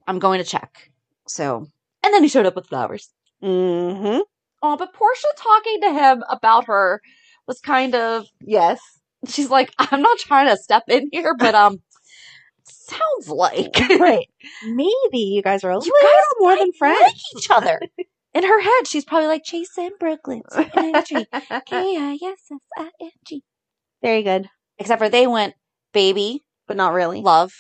Speaker 2: I'm going to check. So, and then he showed up with flowers.
Speaker 1: Mm-hmm.
Speaker 2: Oh, but Portia talking to him about her was kind of
Speaker 1: Yes.
Speaker 2: she's like, I'm not trying to step in here, but um sounds like
Speaker 1: Right. Maybe you guys are a
Speaker 2: You
Speaker 1: little
Speaker 2: guys
Speaker 1: more
Speaker 2: might
Speaker 1: than
Speaker 2: like
Speaker 1: friends.
Speaker 2: each other. In her head, she's probably like Chase and Brooklyn. K I S S I N G.
Speaker 1: Very good,
Speaker 2: Except for they went baby,
Speaker 1: but not really.
Speaker 2: love,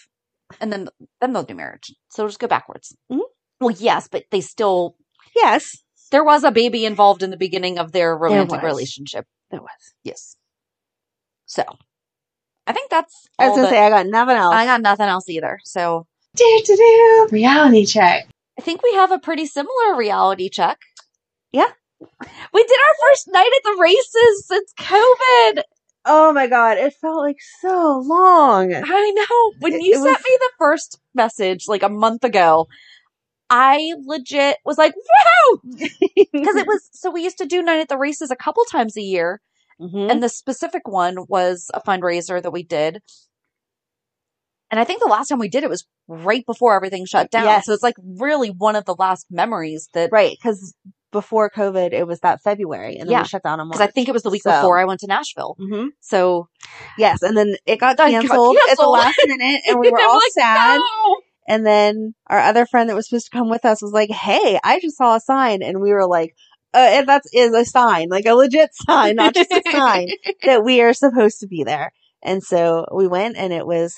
Speaker 2: and then then they'll do marriage. So just go backwards.
Speaker 1: Mhm.
Speaker 2: Well, yes, but they still
Speaker 1: Yes,
Speaker 2: there was a baby involved in the beginning of their romantic
Speaker 1: was.
Speaker 2: relationship.
Speaker 1: there was.
Speaker 2: Yes. So I think that's
Speaker 1: I was
Speaker 2: all
Speaker 1: gonna
Speaker 2: that-
Speaker 1: say I got nothing else.
Speaker 2: I got nothing else either. So
Speaker 3: Do do do reality check.
Speaker 2: I think we have a pretty similar reality check.
Speaker 1: Yeah.
Speaker 2: We did our first night at the races since COVID.
Speaker 1: oh my god, it felt like so long.
Speaker 2: I know. When
Speaker 1: It-
Speaker 2: you
Speaker 1: it
Speaker 2: sent
Speaker 1: was-
Speaker 2: me the first message like a month ago, I legit was like, whoa! Because it was so we used to do night at the races a couple times a year.
Speaker 1: Mhm.
Speaker 2: And the specific one was a fundraiser that we did. And I think the last time we did it was right before everything shut down.
Speaker 1: Yes.
Speaker 2: So it's like really one of the last memories that
Speaker 1: right because before COVID, it was that February, and then
Speaker 2: Yeah.
Speaker 1: we shut down a month.
Speaker 2: because I think it was the week before I Mm-hmm. went to Nashville.
Speaker 1: hmm
Speaker 2: So
Speaker 1: Yes, and then it got
Speaker 2: Got
Speaker 1: canceled, at the
Speaker 2: Oh canceled.
Speaker 1: last minute, and we were
Speaker 2: They
Speaker 1: all
Speaker 2: like,
Speaker 1: sad.
Speaker 2: "No!"
Speaker 1: And then our other friend that was supposed to come with us was like, "Hey, I just saw a sign," and we were like, uh, and "That is a sign, like a legit sign, not just a sign that we are supposed to be there." And so we went, and it was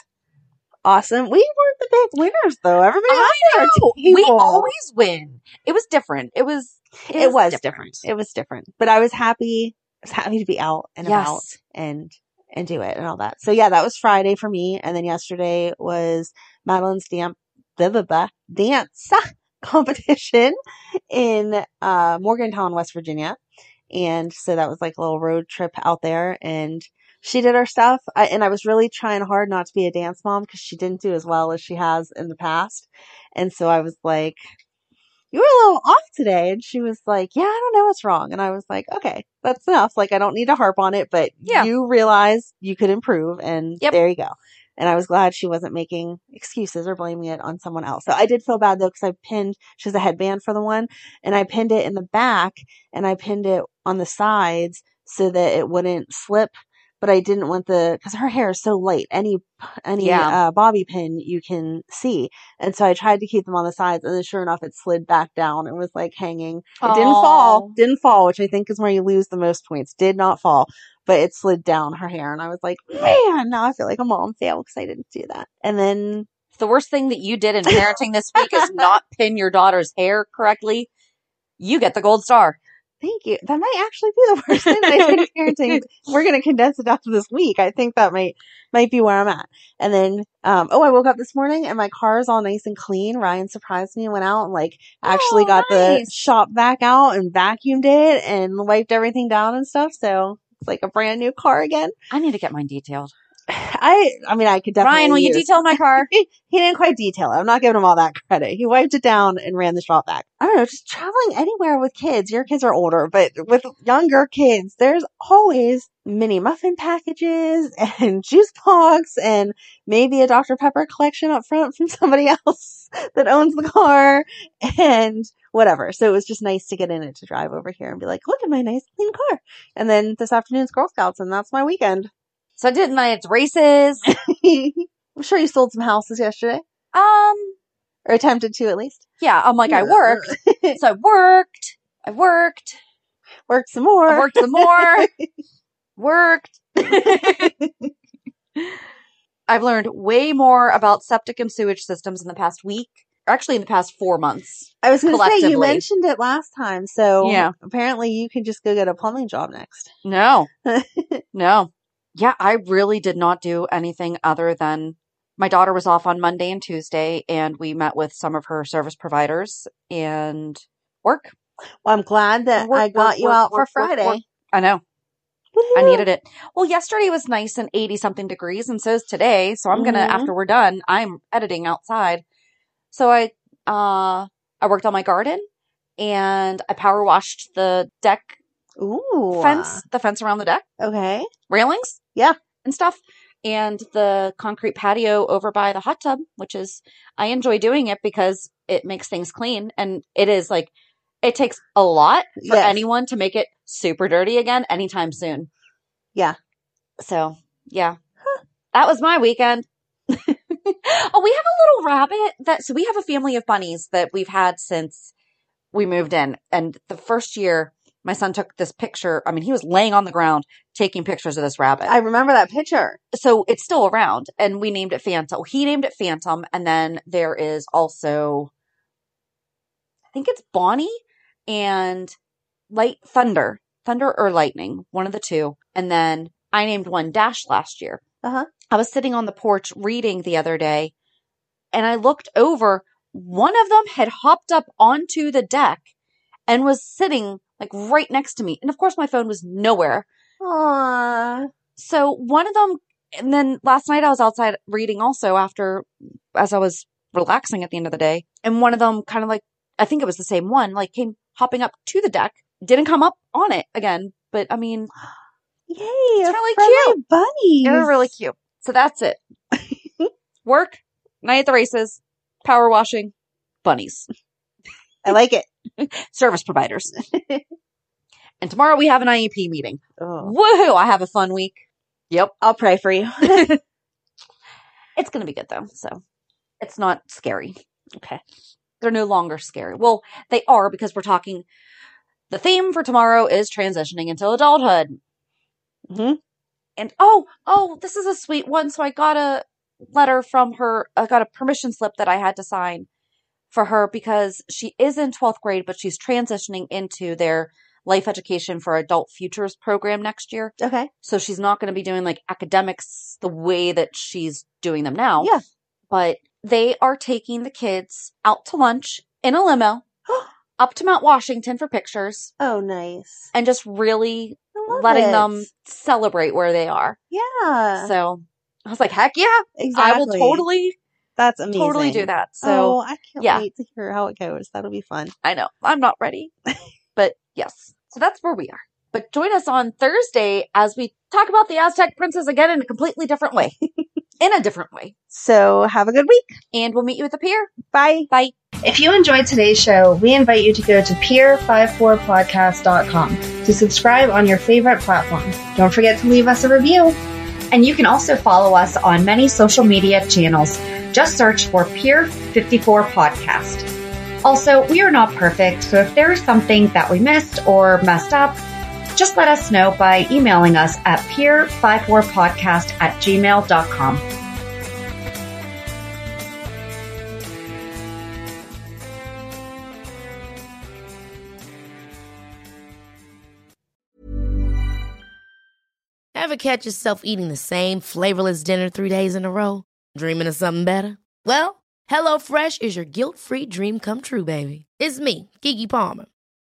Speaker 1: awesome. We weren't the big winners, though. Everybody
Speaker 2: I
Speaker 1: else at our
Speaker 2: know.
Speaker 1: table.
Speaker 2: We always win. It was different. It was.
Speaker 1: it was different. It was different, but I was happy. I was happy to be out and about
Speaker 2: Yes.
Speaker 1: and and do it and all that. So yeah, that was Friday for me, and then yesterday was Madeline's damp blah, blah, blah, dance competition in uh, Morgantown, West Virginia, and so that was like a little road trip out there, and she did her stuff, I, and I was really trying hard not to be a dance mom because she didn't do as well as she has in the past, and so I was like you were a little off today. And she was like, yeah, I don't know what's wrong. And I was like, okay, that's enough. Like, I don't need to harp on it, but
Speaker 2: Yeah.
Speaker 1: you realize you could improve. And
Speaker 2: Yep.
Speaker 1: there you go. And I was glad she wasn't making excuses or blaming it on someone else. So I did feel bad though, because I pinned, she has a headband for the one and I pinned it in the back and I pinned it on the sides so that it wouldn't slip. but I didn't want the because her hair is so light. Any any
Speaker 2: Yeah.
Speaker 1: uh, bobby pin you can see, and so I tried to keep them on the sides, and then sure enough, it slid back down and was like hanging. It didn't fall,
Speaker 2: Aw.
Speaker 1: didn't fall, which I think is where you lose the most points. Did not fall, but it slid down her hair, and I was like, man, now I feel like a mom fail because I didn't do that. And then
Speaker 2: The worst thing that you did in parenting this week is not pin your daughter's hair correctly. You get the gold star.
Speaker 1: Thank you. That might actually be the worst thing that I've been parenting. We're going to condense it down to this week. I think that might might be where I'm at. And then, um, oh, I woke up this morning and my car is all nice and clean. Ryan surprised me and went out and like actually
Speaker 2: Oh,
Speaker 1: got the
Speaker 2: nice.
Speaker 1: shop back out and vacuumed it and wiped everything down and stuff. So it's like a brand new car again.
Speaker 2: I need to get mine detailed.
Speaker 1: I, I mean, I could definitely.
Speaker 2: Ryan, will you
Speaker 1: use-
Speaker 2: detail my car?
Speaker 1: he didn't quite detail it. I'm not giving him all that credit. He wiped it down and ran the shop back. I don't know, just traveling anywhere with kids. Your kids are older, but with younger kids, there's always mini muffin packages and juice box and maybe a Dr. Pepper collection up front from somebody else that owns the car and whatever. So it was just nice to get in it to drive over here and be like, look at my nice clean car. And then this afternoon's Girl Scouts and that's my weekend.
Speaker 2: So I did my races.
Speaker 1: I'm sure you sold some houses yesterday
Speaker 2: Um,
Speaker 1: or attempted to at least.
Speaker 2: yeah, I'm like, I worked. So I worked. I worked.
Speaker 1: worked some more.
Speaker 2: I worked some more. worked. I've learned way more about septic and sewage systems in the past week, or actually in the past four months.
Speaker 1: I was going to say you
Speaker 2: collectively.
Speaker 1: mentioned it last time, so
Speaker 2: Yeah.
Speaker 1: apparently you can just go get a plumbing job next.
Speaker 2: No, no. Yeah, I really did not do anything other than my daughter was off on Monday and Tuesday, and we met with some of her service providers and work.
Speaker 1: Well, I'm glad that
Speaker 2: Work,
Speaker 1: I
Speaker 2: work,
Speaker 1: got you
Speaker 2: work,
Speaker 1: out
Speaker 2: work,
Speaker 1: for
Speaker 2: work,
Speaker 1: Friday.
Speaker 2: work. I know. I
Speaker 1: Woohoo!
Speaker 2: needed it. Well, yesterday was nice and 80 something degrees, and so is today. So I'm gonna
Speaker 1: Mhm.
Speaker 2: after we're done, I'm editing outside. So I uh I worked on my garden and I power washed the deck
Speaker 1: Ooh,
Speaker 2: fence, the fence around the deck,
Speaker 1: Okay,
Speaker 2: railings,
Speaker 1: Yeah.
Speaker 2: and stuff. And the concrete patio over by the hot tub, which is I enjoy doing it because it makes things clean and it is like it takes a lot for
Speaker 1: Yes.
Speaker 2: anyone to make it super dirty again anytime soon.
Speaker 1: Yeah.
Speaker 2: So, yeah. That was my weekend. oh, we have a little rabbit that, so we have a family of bunnies that we've had since we moved in. And the first year, my son took this picture. I mean, he was laying on the ground taking pictures of this rabbit.
Speaker 1: I remember that picture.
Speaker 2: so it's still around and we named it Phantom. He named it Phantom. And then there is also, I think it's Bonnie and Light Thunder, Thunder or Lightning, one of the two. And then I named one Dash last year.
Speaker 1: Uh-huh.
Speaker 2: I was sitting on the porch reading the other day and I looked over. One of them had hopped up onto the deck and was sitting like right next to me. And of course, my phone was nowhere.
Speaker 1: Aww.
Speaker 2: So one of them, and then last night I was outside reading also after, as I was relaxing at the end of the day. And one of them kind of like, I think it was the same one, like came hopping up to the deck, didn't come up on it again. But I mean,
Speaker 1: Yay!
Speaker 2: It's
Speaker 1: a
Speaker 2: really
Speaker 1: friendly bunnies.
Speaker 2: They're really cute. So that's it. Work, night at the races, power washing, bunnies,
Speaker 1: I like it.
Speaker 2: service providers. and tomorrow we have an IEP meeting.
Speaker 1: Oh.
Speaker 2: Woohoo! I have a fun week. Yep.
Speaker 1: I'll pray for you.
Speaker 2: It's going to be good though. So it's not scary. Okay. They're no longer scary. Well, they are because we're talking. The theme for tomorrow is transitioning into adulthood. Mm-hmm.
Speaker 1: Mhm.
Speaker 2: and oh oh this is a sweet one so i got a letter from her i got a permission slip that i had to sign for her because she is in 12th grade but she's transitioning into their life education for adult futures program next year
Speaker 1: Okay.
Speaker 2: so she's not going to be doing like academics the way that she's doing them now
Speaker 1: Yeah.
Speaker 2: but they are taking the kids out to lunch in a limo up to mount washington for pictures
Speaker 1: Oh, nice.
Speaker 2: and just really
Speaker 1: I love
Speaker 2: letting
Speaker 1: it.
Speaker 2: them celebrate where they are
Speaker 1: Yeah.
Speaker 2: so I was like, heck yeah,
Speaker 1: exactly.
Speaker 2: I will totally,
Speaker 1: That's amazing.
Speaker 2: totally do that. So
Speaker 1: oh, I can't
Speaker 2: yeah.
Speaker 1: wait to hear how it goes. That'll be fun.
Speaker 2: I know I'm not ready, but yes. So that's where we are. But join us on Thursday as we talk about the Aztec princess again in a completely different way, in a different way.
Speaker 1: So have a good week.
Speaker 2: And we'll meet you at the pier.
Speaker 1: Bye.
Speaker 2: Bye.
Speaker 3: If you enjoyed today's show, we invite you to go to peer54podcast.com to subscribe on your favorite platform. Don't forget to leave us a review.
Speaker 4: And you can also follow us on many social media channels. Just search for Peer 54 Podcast. Also, we are not perfect, so if there is something that we missed or messed up, just let us know by emailing us at peer54podcast at gmail.com.
Speaker 5: Ever catch yourself eating the same flavorless dinner three days in a row? Dreaming of something better? Well, HelloFresh is your guilt free dream come true, baby. It's me, Gigi Palmer.